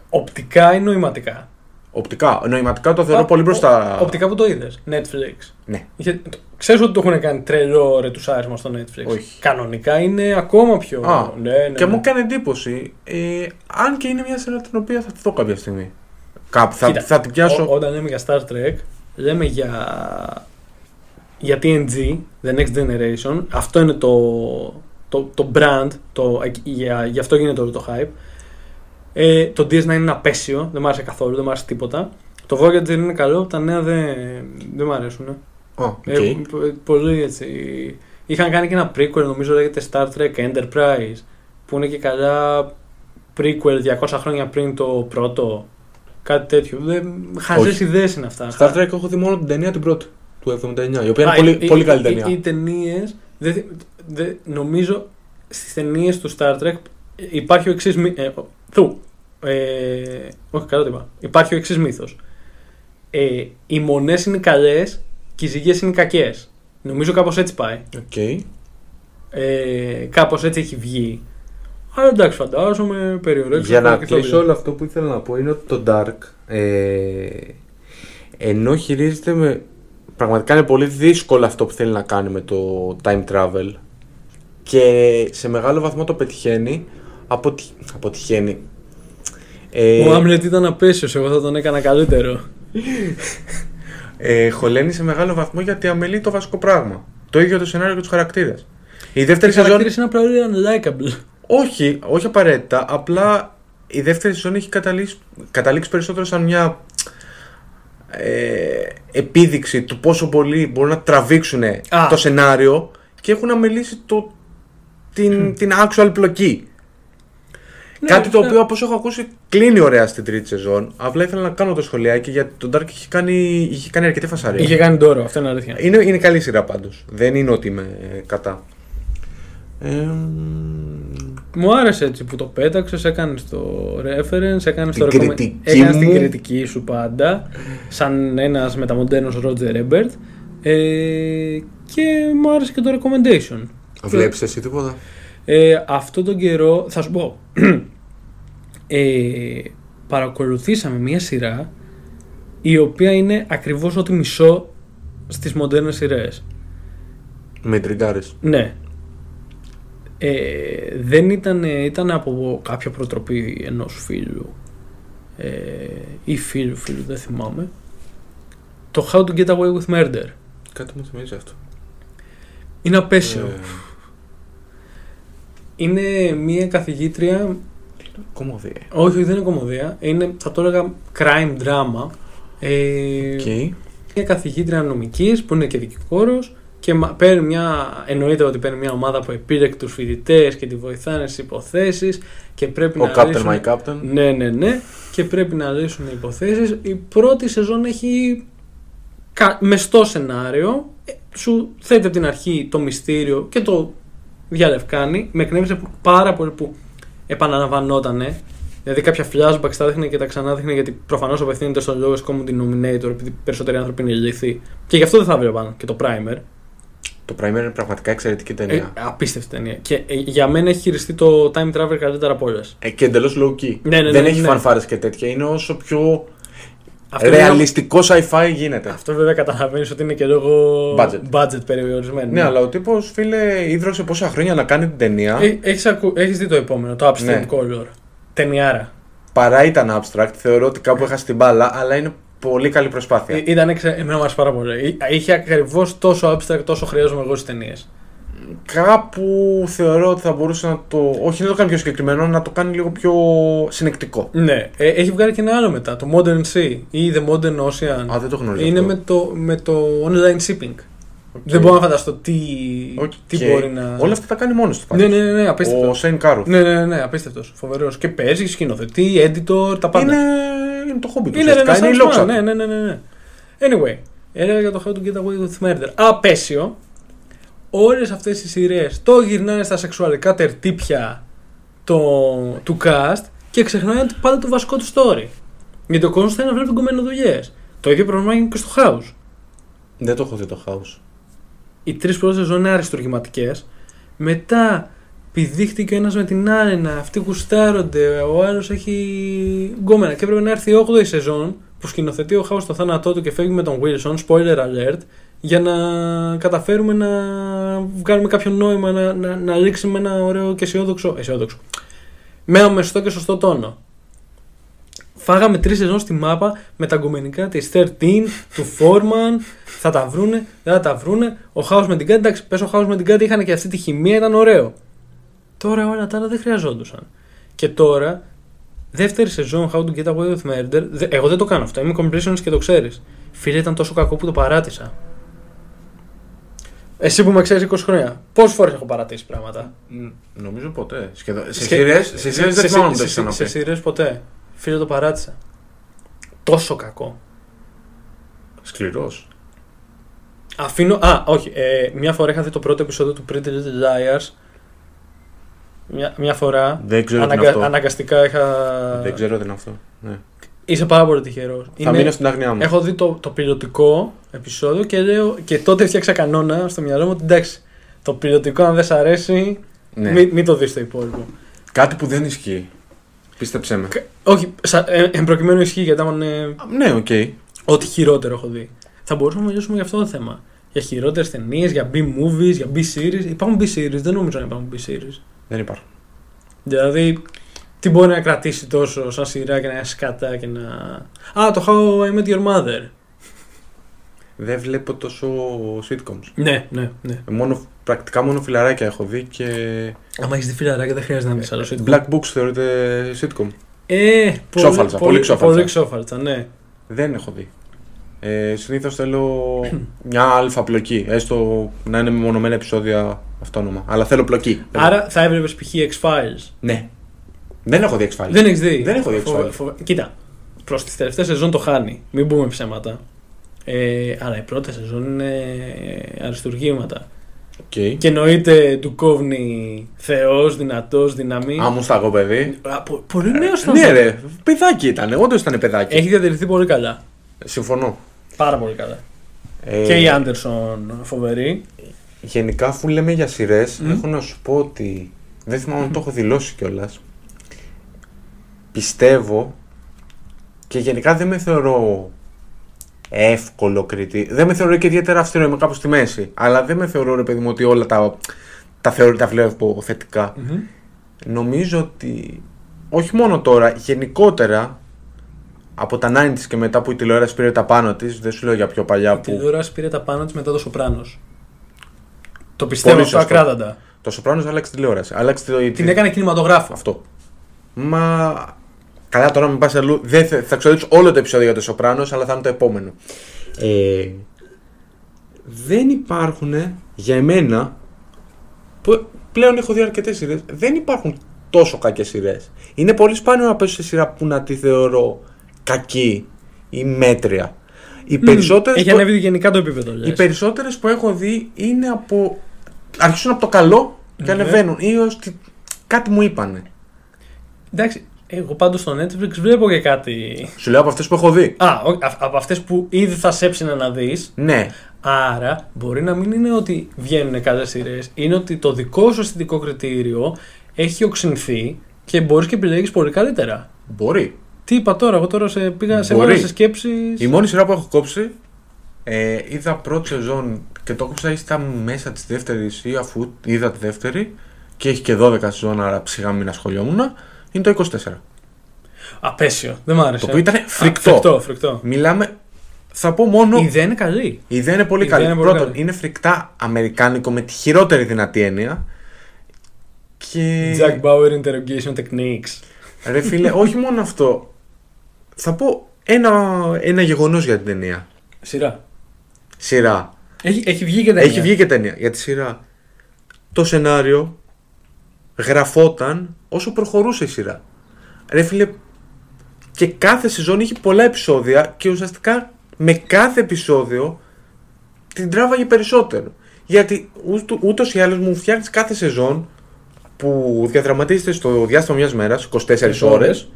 Οπτικά ή νοηματικά. Οπτικά, νοηματικά το θεωρώ Α, πολύ μπροστά. ο- οπτικά που το είδες. Netflix. Ναι. Είχε- το- Ξέρεις ότι το έχουν κάνει τρελό ρετουσάρισμα στο Netflix. Όχι. Κανονικά είναι ακόμα πιο. Α, ναι, ναι, Και ναι. μου έκανε εντύπωση, ε, αν και είναι μια σειρά την οποία θα τη δω κάποια στιγμή. Κάπου θα, Κοίτα, θα την πιάσω. Ό, όταν λέμε για Star Trek, λέμε για, για TNG, The Next Generation. Αυτό είναι το, το, το brand, το, για, γι' αυτό γίνεται όλο το hype. Ε, το DS9 είναι απέσιο, δεν μου άρεσε καθόλου, δεν μου άρεσε τίποτα. Το Voyager είναι καλό, τα νέα δεν, δεν μου αρέσουν. Α, οκ. Ε, πο- πολύ έτσι. Είχαν κάνει και ένα prequel, νομίζω λέγεται Star Trek Enterprise, που είναι και καλά prequel 200 χρόνια πριν το πρώτο. Κάτι τέτοιο. Δεν... Χαζές Όχι. ιδέες είναι αυτά. Star Trek έχω δει μόνο την ταινία την πρώτη του 79, η οποία είναι Α, πολύ, οι- πολύ οι- καλή οι- ταινία. Οι, ταινίες. νομίζω στις ταινίες του Star Trek υπάρχει ο εξής. Ε, ο- θου. ε, όχι, καλά το είπα. Υπάρχει ο εξής μύθος. Ε, οι μονές είναι καλές και οι ζυγέ είναι κακές. Νομίζω κάπως έτσι πάει. Οκ. Ε, κάπως έτσι έχει βγει. Αλλά εντάξει, φαντάζομαι, περιορίζεται. Για να κλείσω όλο αυτό που ήθελα να πω είναι ότι το Dark ε, ενώ χειρίζεται με πραγματικά είναι πολύ δύσκολο αυτό που θέλει να κάνει με το time travel και σε μεγάλο βαθμό το πετυχαίνει αποτυ... αποτυχαίνει ε, Ο Άμλετ ήταν απέσιος, εγώ θα τον έκανα καλύτερο. Ε, χωλαίνει σε μεγάλο βαθμό γιατί αμελεί το βασικό πράγμα. Το ίδιο το σενάριο και τους χαρακτήρες. Η δεύτερη Οι σεζόν. χαρακτήρες είναι απλά όλοι unlikable. Όχι, όχι απαραίτητα. Απλά η δεύτερη σεζόν έχει καταλήξει, καταλήξει περισσότερο σαν μια ε, επίδειξη του πόσο πολύ μπορούν να τραβήξουν Α. το σενάριο και έχουν αμελήσει το, την, την actual πλοκή. Ναι, Κάτι το ναι. οποίο, όπω έχω ακούσει, κλείνει ωραία στην τρίτη σεζόν. Απλά ήθελα να κάνω το σχολιάκι γιατί το Dark είχε κάνει, είχε κάνει αρκετή Ε. φασαρία. Είχε κάνει τώρα, αυτό είναι αλήθεια. Είναι, είναι καλή σειρά πάντως. Δεν είναι ότι είμαι ε, κατά. Ε, Μου άρεσε έτσι που το πέταξες, έκανες το reference, έκανες Την το κριτική έκανες την μου. κριτική σου πάντα, σαν ένας μεταμοντέρνος Ρότζερ Έμπερτ. Ε, και μου άρεσε και το recommendation. βλέπεις εσύ τίποτα Ε, αυτό τον καιρό, θα σου πω, <clears throat> ε, παρακολουθήσαμε μια σειρά η οποία είναι ακριβώς ό,τι μισώ στις μοντέρνες σειρές. με τριγκάρες Ναι. Ε, δεν ήταν, ήταν από κάποια προτροπή ενός φίλου ε, ή φίλου φίλου, δεν θυμάμαι. Το How to Get Away with Murder. κάτι μου θυμίζει αυτό Είναι απέσιο. Ε, Είναι μια καθηγήτρια, κομμωδία όχι δεν είναι κομμωδία, είναι θα το έλεγα crime drama. Ε, Οκ. μια καθηγήτρια νομικής που είναι και δικηγόρος και μα- παίρνει μια, εννοείται ότι παίρνει μια ομάδα από επίρρεκτου φοιτητές και τη βοηθάνε στις υποθέσεις και ε, πρέπει ο να. Captain λύσουν- My Captain Ναι, ναι, ναι. Και πρέπει να λύσουν υποθέσεις. Η πρώτη σεζόν έχει κα- μεστό σενάριο. Ε, Σου θέτει από την αρχή το μυστήριο και το διαλευκάνει. Με εκνεύρισε που- πάρα πολύ που επαναλαμβανότανε. Δηλαδή κάποια flashbacks τα δείχνει και τα ξανά δείχνει γιατί προφανώς απευθύνεται στον λόγο Common Denominator επειδή περισσότεροι άνθρωποι είναι λυθοί. Και γι' αυτό δεν θα βλέπαν και το primer. το Primer είναι πραγματικά εξαιρετική Ε, ταινία απίστευτη ταινία. Και ε, για μένα έχει χειριστεί το time travel καλύτερα από όλες. ε, και εντελώς low key Ναι, ναι, ναι, δεν ναι, έχει ναι. φανφάρες και τέτοια είναι όσο πιο ρεαλιστικό sci-fi γίνεται Αυτό βέβαια καταλαβαίνεις ότι είναι και λόγω Ναι. Budget. περιορισμένο. ναι, αλλά ο τύπος, φίλε, ίδρωσε πόσα χρόνια να κάνει την ταινία. Ε, έχεις, ακου... έχεις δει το επόμενο, το Upstream Ναι. Color. Ταινιάρα. Παρά ήταν abstract, θεωρώ ότι κάπου έχασε την μπάλα, αλλά είναι πολύ καλή προσπάθεια. Ε, ήταν εξε... Εμένα μου άρεσε πάρα πολύ. Ε, Είχε ακριβώς τόσο abstract τόσο χρειάζομαι εγώ στις ταινίες. Κάπου θεωρώ ότι θα μπορούσε να το. Όχι να το κάνει πιο συγκεκριμένο, να το κάνει λίγο πιο συνεκτικό. Ναι, ε, έχει βγάλει και ένα άλλο μετά, το Modern Sea ή The Modern Ocean. Α, δεν το γνωρίζω. είναι αυτό. με το, με το online shipping. Δεν μπορώ να φανταστώ τι, Οκ. τι μπορεί να. Όλα αυτά τα κάνει μόνος του. Ναι, ναι, ναι, ναι, απίστευτος. Ο Σέιν Κάρο. Ναι, ναι, ναι, ναι, απίστευτος. Φοβερός. Και παίζει, σκηνοθετεί, editor, τα πάντα. Είναι... είναι το χόμπι τους. Είναι ουσιαστικά, ένα είναι η σάντουιτς λόξα. Ναι, ναι, ναι, ναι, ναι. Anyway, έλεγα για το How to Get Away with Murder. Απέσιο. Όλες αυτές οι σειρές το γυρνάνε στα σεξουαλικά τερτύπια το, του cast και ξεχνάνε ότι πάντα το βασικό του story. Γιατί ο κόσμος θέλει να βλέπει κομμένο δουλειές. Το ίδιο πρόβλημα είναι και στο House. Δεν το έχω δει το house. οι τρεις πρώτες σεζόν είναι αριστοργηματικέ. Μετά πηδήχτηκε ο ένας με την άρενα, αυτοί γουστάρονται, ο άλλος έχει γκόμενα. Και έπρεπε να έρθει η 8η σεζόν που σκηνοθετεί ο Χάου στο θάνατό του και φεύγει με τον Wilson, spoiler alert, για να καταφέρουμε να βγάλουμε κάποιο νόημα, να, να, να λήξουμε ένα ωραίο και αισιόδοξο. αισιόδοξο. Με αμεστό και σωστό τόνο. Φάγαμε τρεις σεζόν στη μάπα με τα γκομενικά της 13, του Foreman. Θα τα βρούνε, δεν θα τα βρούνε. Ο Χάος με την Κάτι, εντάξει, πες ο Χάος με την Κάτι είχαν και αυτή τη χημεία, ήταν ωραίο. Τώρα όλα τα άλλα δεν χρειαζόντουσαν. Και τώρα, δεύτερη σεζόν How to Get Away with Murder, δε- εγώ δεν το κάνω αυτό. Είμαι completionist και το ξέρεις. Φίλε, ήταν τόσο κακό που το παράτησα. Εσύ που με ξέρεις 20 χρόνια, πόσες φορές έχω παρατήσει πράγματα. Νομίζω ποτέ. Σχεδόν. Σε Σχε- σειρές- σε σειρές δεν σε- θυμάμαι να σε- το έχεις σε- Σε ξαναπεί. σειρές ποτέ. Φίλε, το παράτησα. Τόσο κακό. Σκληρός. Αφήνω. Α, όχι. Ε, μια φορά είχα δει το πρώτο επεισόδιο του Pretty Little Liars. Μια, μια φορά. Δεν ξέρω τι Αναγκα- είναι αυτό. αναγκαστικά είχα. Δεν ξέρω τι είναι αυτό. Ναι. Είσαι πάρα πολύ τυχερός. Θα μείνω στην άγνοιά μου. Έχω δει το, το πιλωτικό επεισόδιο και, λέω, και τότε φτιάξα κανόνα στο μυαλό μου ότι εντάξει. Το πιλωτικό, αν δεν σ' αρέσει, Ναι. μην, μην το δεις το υπόλοιπο. Κάτι που δεν ισχύει. Πίστεψέ με. Κα- Όχι, σα- ε, εν προκειμένου ισχύει γιατί ήταν ε, Α, Ναι, οκ. ό,τι χειρότερο έχω δει. Θα μπορούσαμε να μιλήσουμε για αυτό το θέμα. Για χειρότερες ταινίες, για B-movies, για B-series. Υπάρχουν B-series, δεν νομίζω να υπάρχουν B-series. Δεν υπάρχουν. Δηλαδή, τι μπορεί να κρατήσει τόσο σαν σειρά και να είναι σκατά και να. Α, το How I Met Your Mother. Δεν βλέπω τόσο sitcoms. Ναι, ναι, ναι. Μόνο, πρακτικά μόνο φιλαράκια έχω δει και. Άμα έχεις τη φιλαράκια, δεν χρειάζεται να δεις άλλο sitcom. Black Books θεωρείται sitcom. Ε, πολύ, Ξόφαλτσα, πολύ ξόφαλτσα. Πολύ ξόφαλτσα, ναι. Δεν έχω δει. Ε, Συνήθως <coughs> θέλω μια αλφα πλοκή. Έστω να είναι μεμονωμένα επεισόδια αυτόνομα. Αλλά θέλω πλοκή. Ε, Άρα θα έβλεπες π.χ. X-Files. Ναι. Δεν έχω δει εξφάλιση. Δεν έχεις δει. Δεν έχω δει Φοβε- X-Files. φοβε- Κοίτα, προς τις τελευταίες σεζόν το χάνει. Μην πούμε ψέματα. Ε, αλλά η πρώτη σεζόν είναι αριστουργήματα. Και εννοείται του κόβνει Θεός, δυνατός, δύναμη. Άμουσταγο παιδί. Α, πο- Πολύ νέο ήταν. Ναι, ρε. Παιδάκι ήταν. Όντω ήταν παιδάκι. Έχει διατηρηθεί πολύ καλά. Συμφωνώ. Πάρα πολύ καλά. Ε, Και η Άντερσον φοβερή. Γενικά, αφού λέμε για σειρές, Μμμ. έχω να σου πω ότι. Δεν θυμάμαι αν το έχω δηλώσει κιόλας. Πιστεύω και γενικά δεν με θεωρώ εύκολο κριτή. Δεν με θεωρώ και ιδιαίτερα αυστηρό, είμαι κάπου στη μέση. Αλλά δεν με θεωρώ, ρε παιδί μου, ότι όλα τα, τα θεωρώ τα βλέπω θετικά. Νομίζω ότι όχι μόνο τώρα, γενικότερα από τα 90s και μετά που η τηλεόραση πήρε τα πάνω της, δεν σου λέω για πιο παλιά Η που. τηλεόραση πήρε τα πάνω της μετά το Σοπράνος. Το πιστεύω αυτό σωστό. Ε. ακράδαντα. Το Σοπράνος άλλαξε τηλεόραση. Άλλαξε το... Την έκανε κινηματογράφο. Αυτό. Μα. Καλά, τώρα μην πας αλλού. Δεν θα, θα ξοδέψω όλο το επεισόδιο για το Σοπράνος, αλλά θα είναι το επόμενο. Ε, δεν υπάρχουν για εμένα. Που πλέον έχω δει αρκετές σειρές. Δεν υπάρχουν τόσο κακές σειρές. Είναι πολύ σπάνιο να πέσω σε σειρά που να τη θεωρώ κακή ή μέτρια. Οι περισσότερες. Έχει ανέβει γενικά το επίπεδο. Οι λες. περισσότερες που έχω δει είναι από. αρχίζουν από το καλό και Ναι. ανεβαίνουν. Ή ως. τη- κάτι μου είπανε. Εντάξει, εγώ πάντως στο Netflix βλέπω και κάτι. Σου λέω από αυτές που έχω δει. Α, ο- α- από αυτές που ήδη θα σέψει να δεις. Ναι. Άρα μπορεί να μην είναι ότι βγαίνουν καλές σειρές. Είναι ότι το δικό σου αισθητικό κριτήριο έχει οξυνθεί και μπορείς και επιλέγεις πολύ καλύτερα. Μπορεί. Τι είπα τώρα, εγώ τώρα σε πήγα σε Μπορεί. βάλα σε σκέψεις. Η μόνη σειρά που έχω κόψει ε, είδα πρώτη σεζόν και το κόψα ή στα μέσα της δεύτερης ή αφού είδα τη δεύτερη και έχει και 12 σεζόν, άρα ψυχά μην ασχολιόμουν. Είναι το 24. Απέσιο. Δεν μ' άρεσε. Το οποίο ήταν Α, φρικτό. φρικτό, φρικτό. Μιλάμε. Θα πω μόνο. Η ιδέα είναι καλή. Η ιδέα είναι πολύ Η ιδέα καλή. είναι πολύ Πρώτον, καλή. είναι φρικτά αμερικάνικο με τη χειρότερη δυνατή έννοια. Και. Jack Bauer Interrogation Techniques. Ρε <laughs> φίλε, όχι μόνο αυτό. Θα πω ένα, ένα γεγονός για την ταινία. Σειρά. Σειρά. Έχει, έχει βγει και ταινία. Έχει βγει και ταινία για τη σειρά. Το σενάριο γραφόταν όσο προχωρούσε η σειρά. Ρε φίλε, και κάθε σεζόν είχε πολλά επεισόδια και ουσιαστικά με κάθε επεισόδιο την τράβαγε περισσότερο. Γιατί ούτω- ούτως ή άλλως μου φτιάχνεις κάθε σεζόν που διαδραματίζεται στο διάστημα μιας μέρας, 24 Λοιπόν. ώρες,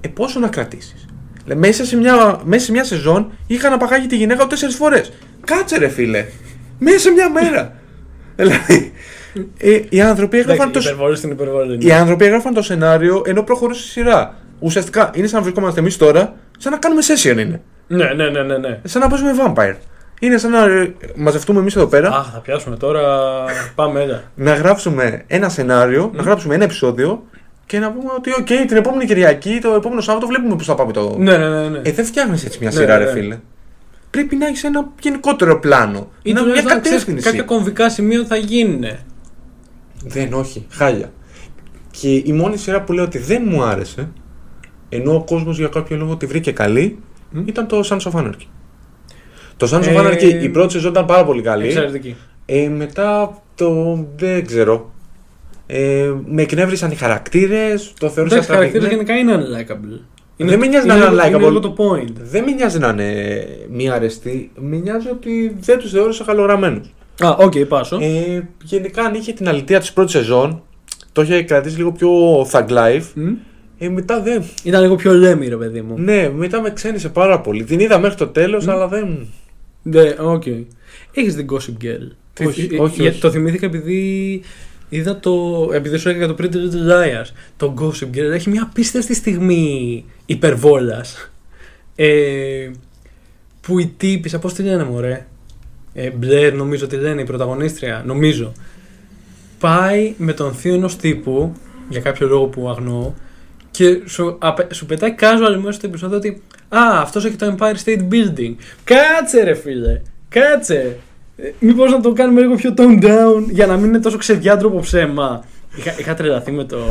ε, πόσο να κρατήσεις. Λε, Μέσα σε, μια, μέσα σε μια σεζόν είχαν απαγάγει τη γυναίκα του τέσσερις φορές. Κάτσε ρε φίλε. Μέσα σε μια μέρα. δηλαδή, ε, οι άνθρωποι έγραφαν το, Εντάξει, υπερβολή στην υπερβολή. οι άνθρωποι έγραφαν το σενάριο ενώ προχωρούσε η σειρά. Ουσιαστικά είναι σαν να βρισκόμαστε εμείς τώρα, σαν να κάνουμε session είναι. Ναι, ναι, ναι, ναι. ναι. Σαν να παίζουμε vampire. Είναι σαν να ε, μαζευτούμε εμείς εδώ πέρα, Α, θα πιάσουμε τώρα. Πάμε, έλα. να γράψουμε ένα σενάριο, να γράψουμε ένα επεισόδιο και να πούμε ότι, οκ, την επόμενη Κυριακή, το επόμενο Σάββατο βλέπουμε πώς θα πάμε το. Ναι, ναι, ναι. ναι. Ε, δεν φτιάχνεις έτσι μια Ναι, σειρά, ναι. ρε φίλε. Πρέπει να έχεις ένα γενικότερο πλάνο. Ή να, μια τουλάχιστον να ξέρεις κατεύθυνση. κάποια κομβικά σημεία θα γίνουν. Δεν, όχι. Χάλια. Και η μόνη σειρά που λέω ότι δεν μου άρεσε, ενώ ο κόσμος για κάποιο λόγο τη βρήκε καλή, ήταν το Sons of Anarchy. Το Sons of Ε, Anarchy, η πρώτη σεζόν ήταν πάρα πολύ καλή. Εξαιρετική. Ε, μετά το. δεν ξέρω. Ε, με εκνεύρισαν οι χαρακτήρες, το θεώρησα Εντάξει, χαρακτήρα τραβηγμένο. γενικά είναι unlikable. Δεν με νοιάζει να είναι- είναι unlikable. Είναι λίγο το point. Δεν με νοιάζει να είναι μη αρεστή, με νοιάζει ότι δεν τους θεώρησα καλογραμμένου. Α, οκ, πάσο. Ε, γενικά, αν είχε την αλητεία της πρώτης σεζόν, το είχε κρατήσει λίγο πιο thug life. Μμ. Ε, μετά δεν. Ήταν λίγο πιο λέμι, ρε παιδί μου. Ναι, μετά με ξένησε πάρα πολύ. Την είδα μέχρι το τέλος, αλλά δεν. Ναι, οκ. Έχεις την Gossip Girl. Τι- όχι, ε, όχι. γιατί Το θυμήθηκα επειδή είδα το. Επειδή σου έλεγα για το Pretty Little Liars. Το Gossip Girl έχει μια απίστευτη στιγμή υπερβόλας. Ε, που η τύπησα, πώς τη λένε, μωρέ. Ε, Blair, νομίζω ότι λένε η πρωταγωνίστρια. Νομίζω. Πάει με τον θείο ενός τύπου για κάποιο λόγο που αγνοώ και σου, απε- σου πετάει casual μέσα στο επεισόδιο ότι Α, αυτός έχει το Empire State Building. Κάτσε, ρε φίλε. Κάτσε. Ε, Μήπως να το κάνουμε λίγο πιο tone down για να μην είναι τόσο ξεδιάντροπο ψέμα. Είχα, είχα τρελαθεί με το.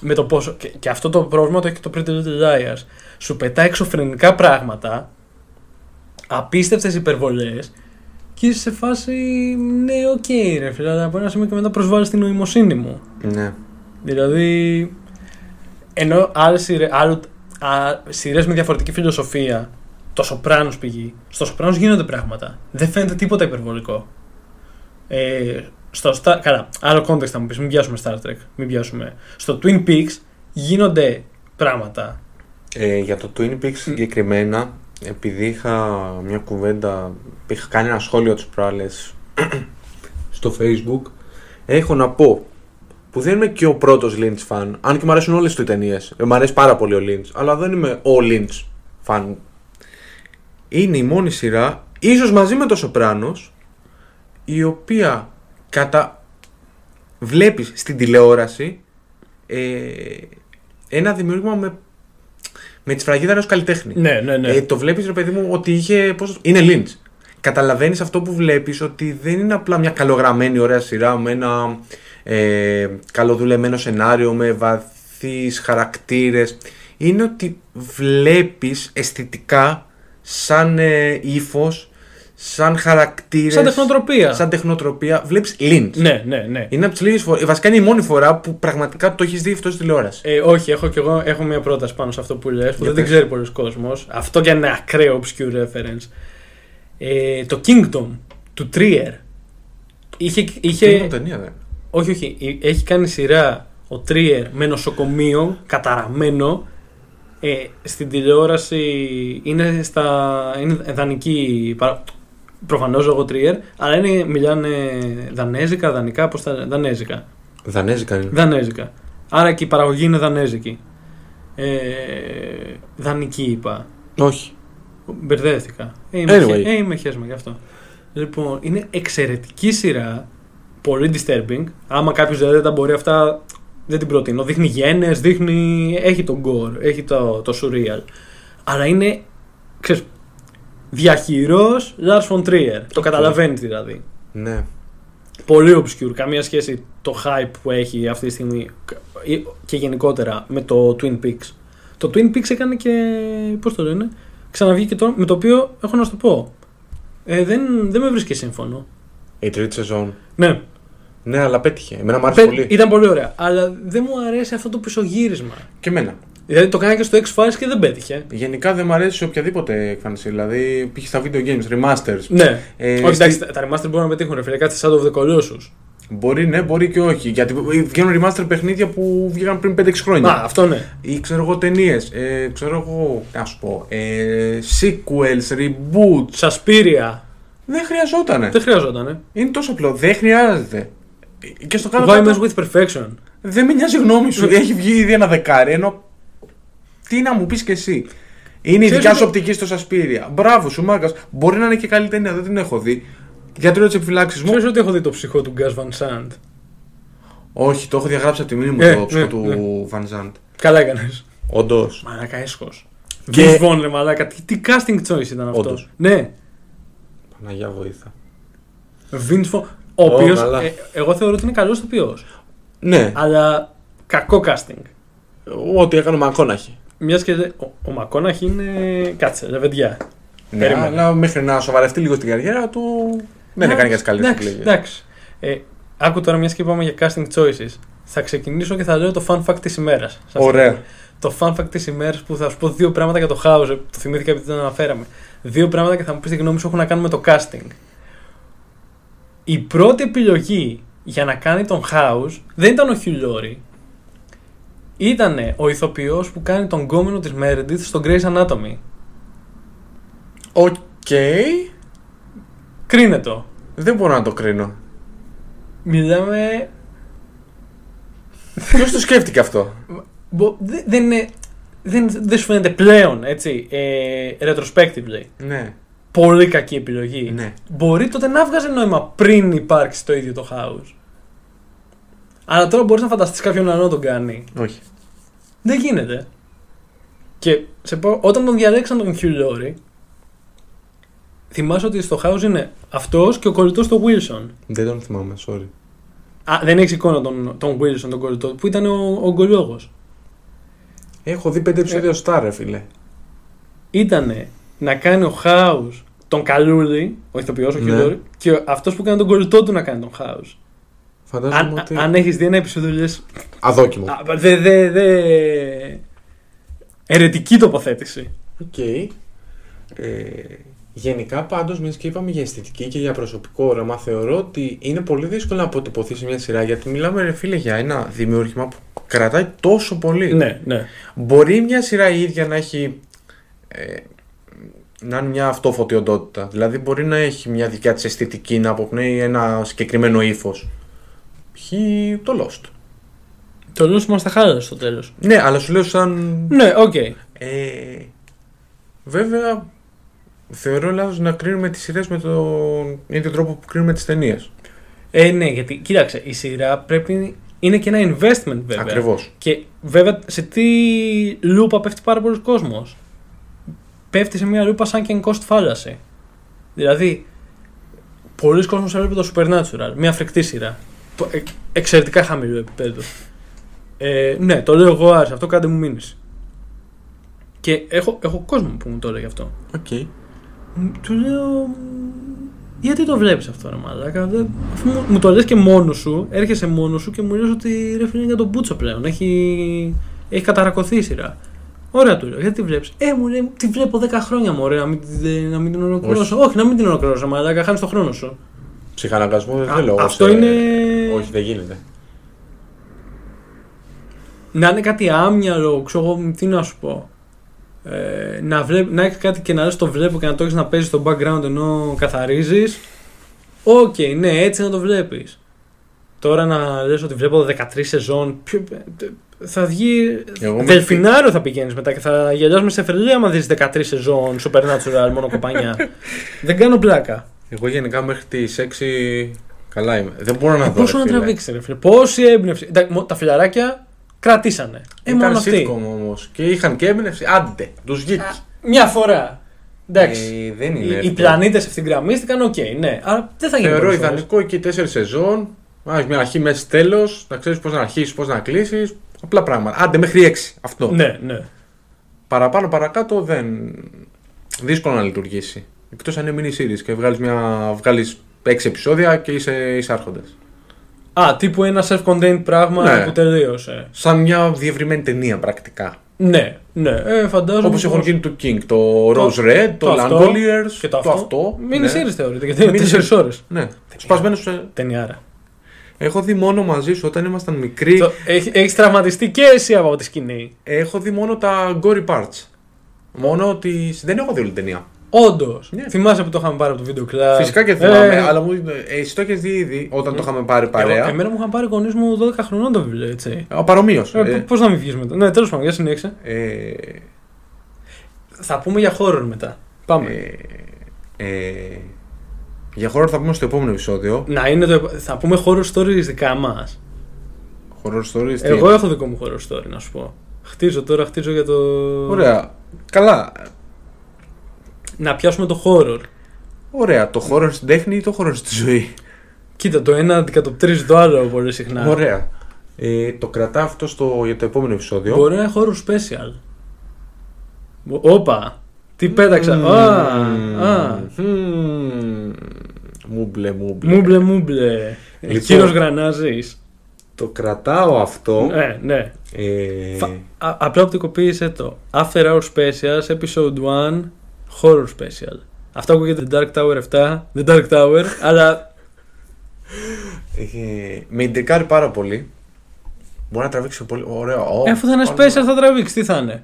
με το πόσο. Και, και αυτό το πρόβλημα το έχει το Pretty Little Liars. Σου πετάει εξωφρενικά πράγματα, απίστευτες υπερβολές και είσαι σε φάση. Ναι, οκ, ρε φίλε, αλλά από ένα σημείο και μετά προσβάλλεις την νοημοσύνη μου. Ναι. Δηλαδή, ενώ άλλες σειρέ- άλλο- α, σειρές με διαφορετική φιλοσοφία, το Σοπράνος πηγή, στο Σοπράνος γίνονται πράγματα. Δεν φαίνεται τίποτα υπερβολικό. Ε, στο Star... Καλά, άλλο context θα μου πεις, μην πιάσουμε Star Trek, μην πιάσουμε. Στο Twin Peaks γίνονται πράγματα. Ε, για το Twin Peaks συγκεκριμένα, επειδή είχα μια κουβέντα, είχα κάνει ένα σχόλιο τις προάλλες στο facebook, έχω να πω που δεν είμαι και ο πρώτος Lynch fan, αν και μου αρέσουν όλες του οι ταινίες, ε, μου αρέσει πάρα πολύ ο Lynch, αλλά δεν είμαι ο Lynch fan. Είναι η μόνη σειρά, ίσως μαζί με το Σοπράνος, η οποία κατά βλέπεις στην τηλεόραση ε, ένα δημιούργημα με, με τη σφραγίδα ενός καλλιτέχνη. Ναι, ναι, ναι. Ε, το βλέπεις, ρε παιδί μου, ότι είχε. Πώς... Είναι Lynch. Καταλαβαίνεις αυτό που βλέπεις ότι δεν είναι απλά μια καλογραμμένη ωραία σειρά με ένα ε, καλοδουλεμένο σενάριο, με βαθύς χαρακτήρες. Είναι ότι βλέπεις αισθητικά σαν ε, ύφος, σαν χαρακτήρες. Σαν τεχνοτροπία. Σαν τεχνοτροπία. Βλέπεις Lynch. Ναι, ναι, ναι. Είναι από τις λίγες φορέ. Βασικά είναι η μόνη φορά που πραγματικά το έχεις δει αυτό στη τηλεόραση. Ε, όχι, έχω και εγώ έχω μια πρόταση πάνω σε αυτό που λες που Για δεν την πες. ξέρει πολλοί κόσμος. Αυτό και ένα ακραίο obscure reference. Ε, το Kingdom του Trier. Είχε, Και... είχε, Είναι ταινία, δεν. όχι, όχι. ε, Έχει κάνει σειρά ο Trier με νοσοκομείο καταραμένο. Ε, στην τηλεόραση είναι, στα, είναι δανική. παρα- Προφανώς λόγω Trier, αλλά είναι, μιλάνε δανέζικα, δανικά, πώς τα λένε, δανέζικα. Δανέζικα είναι. Δανέζικα. Άρα και η παραγωγή είναι δανέζικη. Ε, δανική είπα. Όχι. Μπερδεύτηκα. Ε, είμαι, Anyway. χε- ε, είμαι χέσμα γι' αυτό. Λοιπόν, είναι εξαιρετική σειρά. Πολύ disturbing. Άμα κάποιος δηλαδή δεν τα μπορεί αυτά, δεν την προτείνω. Δείχνει γέννε, δείχνει. Έχει τον gore, έχει το, το surreal. Αλλά είναι. Ξέρεις, διαχειρός Lars von Trier. Το καταλαβαίνεις δηλαδή Ναι. πολύ obscure. Καμία σχέση το hype που έχει αυτή τη στιγμή ή- και γενικότερα με το Twin Peaks. Το Twin Peaks έκανε και. Πώς το λένε, ξαναβγήκε τώρα με το οποίο έχω να σου το πω. Ε, δεν, δεν με βρίσκει σύμφωνο. Η τρίτη σεζόν. Ναι, Ναι, αλλά πέτυχε. Εμένα μου άρεσε Πε- πολύ. ήταν πολύ ωραία. Αλλά δεν μου αρέσει αυτό το πισωγύρισμα. Και εμένα. Δηλαδή το κάνα και στο X-Files και δεν πέτυχε. Γενικά δεν μου αρέσει σε οποιαδήποτε εκφάνιση. Δηλαδή, π.χ. στα video games, remasters. Ναι. Ε, Όχι, στη- εντάξει, τα, τα remaster μπορούν να πετύχουν. Ρε φίλε, κάτι σαν το Colossus. Μπορεί ναι, μπορεί και όχι. Γιατί βγαίνουν remaster παιχνίδια που βγήκαν πριν 5-6 χρόνια. Α, αυτό ναι. Ή ξέρω εγώ ταινίες. Ε, ξέρω εγώ. Να σου πω. Ε, sequels, reboots. Σασπίρια. Δεν χρειαζότανε. Δεν χρειαζόταν. ε. Είναι τόσο απλό. Δεν χρειάζεται. Ε, Και στο κάνω Why mess with perfection. Δεν με νοιάζει η γνώμη σου. Έχει βγει ήδη ένα δεκάρι. Ενώ. Τι να μου πεις κι εσύ. Είναι η Ξέρεις δικιά ότι- σου οπτική στο Σασπίρια. Μπράβο σου, Μάρκα. Μπορεί να είναι και καλή ταινία, δεν την έχω δει. Γιατρό της επιφυλάξει μου. Ξέρεις ότι έχω δει το ψυχό του Gus Van Sant. Όχι, το έχω διαγράψει από τη μνήμη μου Ε, το ψυχο ναι, του ναι. Βανζάντ. Καλά έκανες. Όντως. Μαλάκα έσχος. Και- Και... Βον, ρε μαλάκα. Τι, τι casting choice ήταν αυτός. Όντως. Ναι. Παναγία βοήθα. Vince Vaughn, ο οποίος, καλά. ε, εγώ θεωρώ ότι είναι καλός ηθοποιός. Ναι, Αλλά κακό casting. ό,τι έκανε ο Μακόναχη. Μιας και δε- ο, ο Μακόναχ είναι... Κάτσε, λεβεντιά. Ναι, Περίμενε. αλλά μέχρι να σοβαρευτεί λίγο στην καριέρα του. Δεν έκανε κάτι καλέ Εντάξει, επιλογέ. Εντάξει. Ε, άκου τώρα, μιας και είπαμε για casting choices. Θα ξεκινήσω και θα λέω το fun fact της ημέρας. Ωραία. Το fun fact της ημέρας που θα σου πω δύο πράγματα για το House. ε, Το θυμήθηκα επειδή δεν αναφέραμε. Δύο πράγματα και θα μου πεις τη γνώμη σου έχουν να κάνουν με το casting. Η πρώτη επιλογή για να κάνει τον House δεν ήταν ο Χιουλόρι. Ήταν ο ηθοποιός που κάνει τον κόμενο τη Meredith στο Grey's Anatomy. Οκ. Κρίνε το. Δεν μπορώ να το <laughs> κρίνω. Μιλάμε Ποιος το σκέφτηκε αυτό. Μπο- δε- δεν είναι. Δεν, δεν σου φαίνεται πλέον, έτσι, ε, retrospectively. Ναι. Πολύ κακή επιλογή. Ναι. Μπορεί τότε να βγάζει νόημα πριν υπάρξει το ίδιο το house. Αλλά τώρα μπορείς να φανταστείς κάποιον άλλο να τον κάνει. Όχι. Δεν γίνεται. Και σε πω, όταν τον διαλέξαν τον Hugh Laurie, θυμάσαι ότι στο house είναι αυτός και ο κολλητός του Wilson. Δεν τον θυμάμαι, sorry. Α, δεν έχεις εικόνα τον, τον Wilson, τον κολλητό, που ήταν ο, ο γκολιόγος. Έχω δει πέντε επεισόδια Star, ρε φίλε. ήταν να κάνει ο Χάου τον Καλούλη, ο ηθοποιός, ο Ναι. Χιουλόρη, και αυτός που κάνει τον κολλητό του να κάνει τον Χάους. Φαντάζομαι Αν, ότι. αν έχεις δει ένα επεισόδιο, λες. Αδόκιμο. Οκ. Δε, δε, δε. Ερετική τοποθέτηση. Ε, γενικά, πάντως, μιας και είπαμε για αισθητική και για προσωπικό όραμα, θεωρώ ότι είναι πολύ δύσκολο να αποτυπωθείς σε μια σειρά γιατί Μιλάμε, ρε φίλε, για ένα δημιούργημα που κρατάει τόσο πολύ. ναι, ναι. Μπορεί μια σειρά η ίδια να έχει. ε, να είναι μια αυτοφωτιοντότητα. Δηλαδή, μπορεί να έχει μια δικιά της αισθητική να αποπνέει ένα συγκεκριμένο ύφος. Π.χ. το Lost. Το λέω μας τα χάλασε στο τέλος. Ναι, αλλά σου λέω σαν. Ναι, οκ. Ε, βέβαια, θεωρώ λάθος να κρίνουμε τις σειρές με τον ίδιο τρόπο που κρίνουμε τις ταινίες. Ε, ναι, γιατί κοίταξε, η σειρά πρέπει. Είναι και ένα investment βέβαια. Ακριβώς. Και βέβαια σε τι λούπα πέφτει πάρα πολλοί κόσμος. Πέφτει σε μια λούπα σαν και cost fallacy. Δηλαδή, πολλοί κόσμοι έβλεπε το Supernatural, μια φρικτή σειρά. Πο- ε- Εξαιρετικά χαμηλού επίπεδου. Ε, ναι, το λέω εγώ, άρεσε αυτό, κάντε μου μήνυση. Και έχω, έχω κόσμο που μου το λέει αυτό. Okay. Μ, Του λέω. «Μ, Γιατί το βλέπεις αυτό, ρε Μαλάκα. δεν- Αφού μου, μου το λες και μόνος σου, έρχεσαι μόνος σου και μου λες ότι ρε φίλε είναι για τον Μπούτσο πλέον. Έχει, έχει καταρακωθεί η σειρά. Ωραία, του λέω. Γιατί τη βλέπεις. Ε, μου λέει, τη βλέπω 10 χρόνια μου, να μην, τη- να μην την ολοκληρώσω. Όχι. να μην την ολοκληρώσω, Μαλάκα. Χάνει τον χρόνο σου. Ψυχαναγκασμό δεν Α, θέλω. εγώ αυτό είναι- Όχι, δεν γίνεται. Να είναι κάτι άμυαλο, ξέρω εγώ, τι να σου πω. Ε, να, βλέπ, να έχεις κάτι και να λες το βλέπω και να το έχεις να παίζεις στο background ενώ καθαρίζεις. Οκ, ναι, έτσι να το βλέπεις. Τώρα να λες ότι βλέπω 13 σεζόν. ποιο- θα βγει. Εγώ με- Δελφινάριο θα πηγαίνεις μετά και θα γελιάσουμε σε φρελή άμα δεις 13 σεζόν Supernatural μόνο <laughs> κοπανιά. Δεν κάνω πλάκα. Εγώ γενικά μέχρι τις 6 καλά είμαι. Δεν μπορώ να δω. Ε, Πόσο ρε να φίλε. τραβήξει, ρε φίλε. Πόση έμπνευση. Τα, μο- τα φιλαράκια κρατήσανε. Ε, Ήταν μόνο αυτοί. sitcom όμως. Και είχαν και έμπνευση. Άντε, τους βγήκε. Μια φορά. Εντάξει. Ε, δεν είναι. Οι- οι εύκολο. πλανήτες ευθυγραμμίστηκαν, οκ, ναι. Άρα δεν θα γίνει Θεωρώ πρώτη φορά. ιδανικό εκεί 4 σεζόν. Να έχει μια αρχή, μέση, τέλος. Να ξέρεις πώς να αρχίσεις, πώς να κλείσεις. Απλά πράγματα. Άντε μέχρι 6. Αυτό. Ναι, ναι. Παραπάνω, παρακάτω δεν. Δύσκολο να λειτουργήσει. Εκτός αν είναι mini series και βγάλεις μια... βγάλεις 6 επεισόδια και είσαι, είσαι άρχοντας. Α, τύπου ένα self-contained πράγμα Ναι. που τελείωσε. Σαν μια διευρυμένη ταινία πρακτικά. Ναι, ναι. Ε, φαντάζομαι. Όπως έχουν πως- γίνει το King, το Rose Red, το, αυτό Langoliers, και το αυτό. Μην ναι. ναι. θεωρείται, γιατί είναι Mini τέσσερις series. ώρες. Ναι. Σπασμένος σε. Ταινιάρα. Έχω δει μόνο μαζί σου όταν ήμασταν μικροί. Έχεις τραυματιστεί και εσύ από τη σκηνή. Έχω δει μόνο τα gory parts. Μόνο ότι. Δεν έχω δει όλη την ταινία. Όντως. Ναι. Θυμάσαι που το είχαμε πάρει από το βίντεο κλαμπ. Φυσικά και θυμάμαι, αλλά μου, ε, εσύ το έχεις δει ήδη όταν το είχαμε πάρει παρέα. Ε, Εμένα μου είχαν πάρει γονείς μου 12 χρονών το βιβλίο, έτσι. Ε, Παρομοίως. Ε, Πώς να μην βγεις μετά. Ναι, τέλος πάντων, για συνέχισε. Ε, Θα πούμε για χώρο μετά. Πάμε. ε, ε, για χώρο θα πούμε στο επόμενο επεισόδιο. Να είναι το. επο- Θα πούμε χώρο stories δικά μας. Horror stories. τι Εγώ είναι. έχω δικό μου horror story να σου πω. Χτίζω τώρα, χτίζω για το. Ωραία. Καλά. Να πιάσουμε το horror. Ωραία. Το χώρο στην τέχνη ή το χώρο στη ζωή. Κοίτα, το ένα αντικατοπτρίζει το άλλο πολύ συχνά. Ωραία. Ε, το κρατά αυτό στο, για το επόμενο επεισόδιο. Μπορεί να είναι horror special. Μπο- Όπα! Τι πέταξα. Α, α. Λοιπόν. Μμμ. Μουμπλε, μουμπλε. Μούμπλε, μούμπλε. Λοιπόν. Κύριος Γρανάζης. Το κρατάω αυτό. Ναι, ναι. Ε, Φα- α- Απλά οπτικοποίησε το. After Hour Specials, Episode 1, Horror Special. Αυτό ακούγεται The Dark Tower 7, The Dark Tower, αλλά ε, με ιντρικάρει πάρα πολύ. Μπορεί να τραβήξει πολύ. Ωραία. Ω, ναι. ε, αφού θα είναι πάλι- special θα τραβήξεις, τι θα είναι.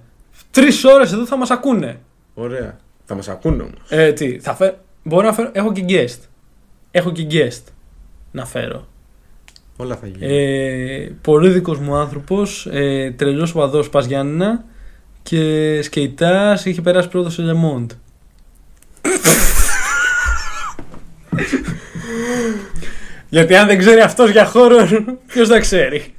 Τρεις ώρες εδώ θα μας ακούνε. Ωραία. Θα μας ακούνε όμως. Ε, τι, θα φέρω. Μπορώ να φέρω. Έχω και guest. Έχω και guest να φέρω. Όλα θα γίνουν. Ε, πολύ δικός μου άνθρωπος, ε, τρελός οπαδός Πας Γιάννηνα και σκεϊτάς είχε περάσει πρώτος σε Λεμόντ. <laughs> Γιατί αν δεν ξέρει αυτός για χώρο, ποιος θα ξέρει.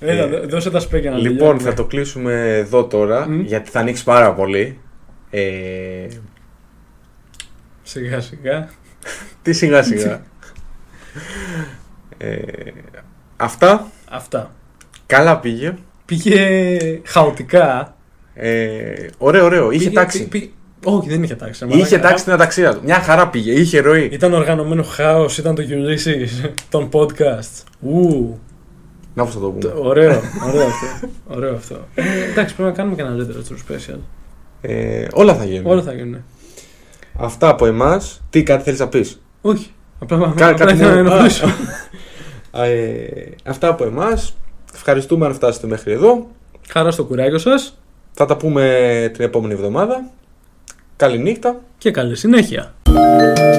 Έλα, δώ- δώσε τα σπέκια να Ε, Λοιπόν, τελειώνουμε. θα το κλείσουμε εδώ τώρα Μμ. γιατί θα ανοίξει πάρα πολύ. Ε, Σιγά σιγά. τι σιγά <laughs> σιγά. ε, αυτά. Αυτά. Καλά πήγε. Πήγε χαοτικά. Ε, ωραίο, ωραίο. Είχε Πήγε- τάξη. πή- πή- Όχι, δεν είχε τάξη. ρε Είχε μαλάκα. Ε, τάξη την αταξία του. Μια χαρά πήγε. Είχε ροή. Ήταν οργανωμένο χάος, ήταν το Ulysses των podcast. Ου, Να πώς θα το πούμε. το- ωραίο, ωραίο αυτό. Ωραίο αυτό. Ε, εντάξει, πρέπει να κάνουμε και ένα retro special. Ε, όλα θα γίνουν. Όλα θα γίνουν. Αυτά από εμάς. Τι κάτι θέλεις να πεις. Όχι. Απλά Κα- απλά κάτι ήθελα να μόνο. ενοχλήσω. Α, ε, αυτά από εμάς. Ευχαριστούμε αν φτάσετε μέχρι εδώ. Χαρά στο κουράγιο σας Θα τα πούμε την επόμενη εβδομάδα. Καλή νύχτα. και καλή συνέχεια.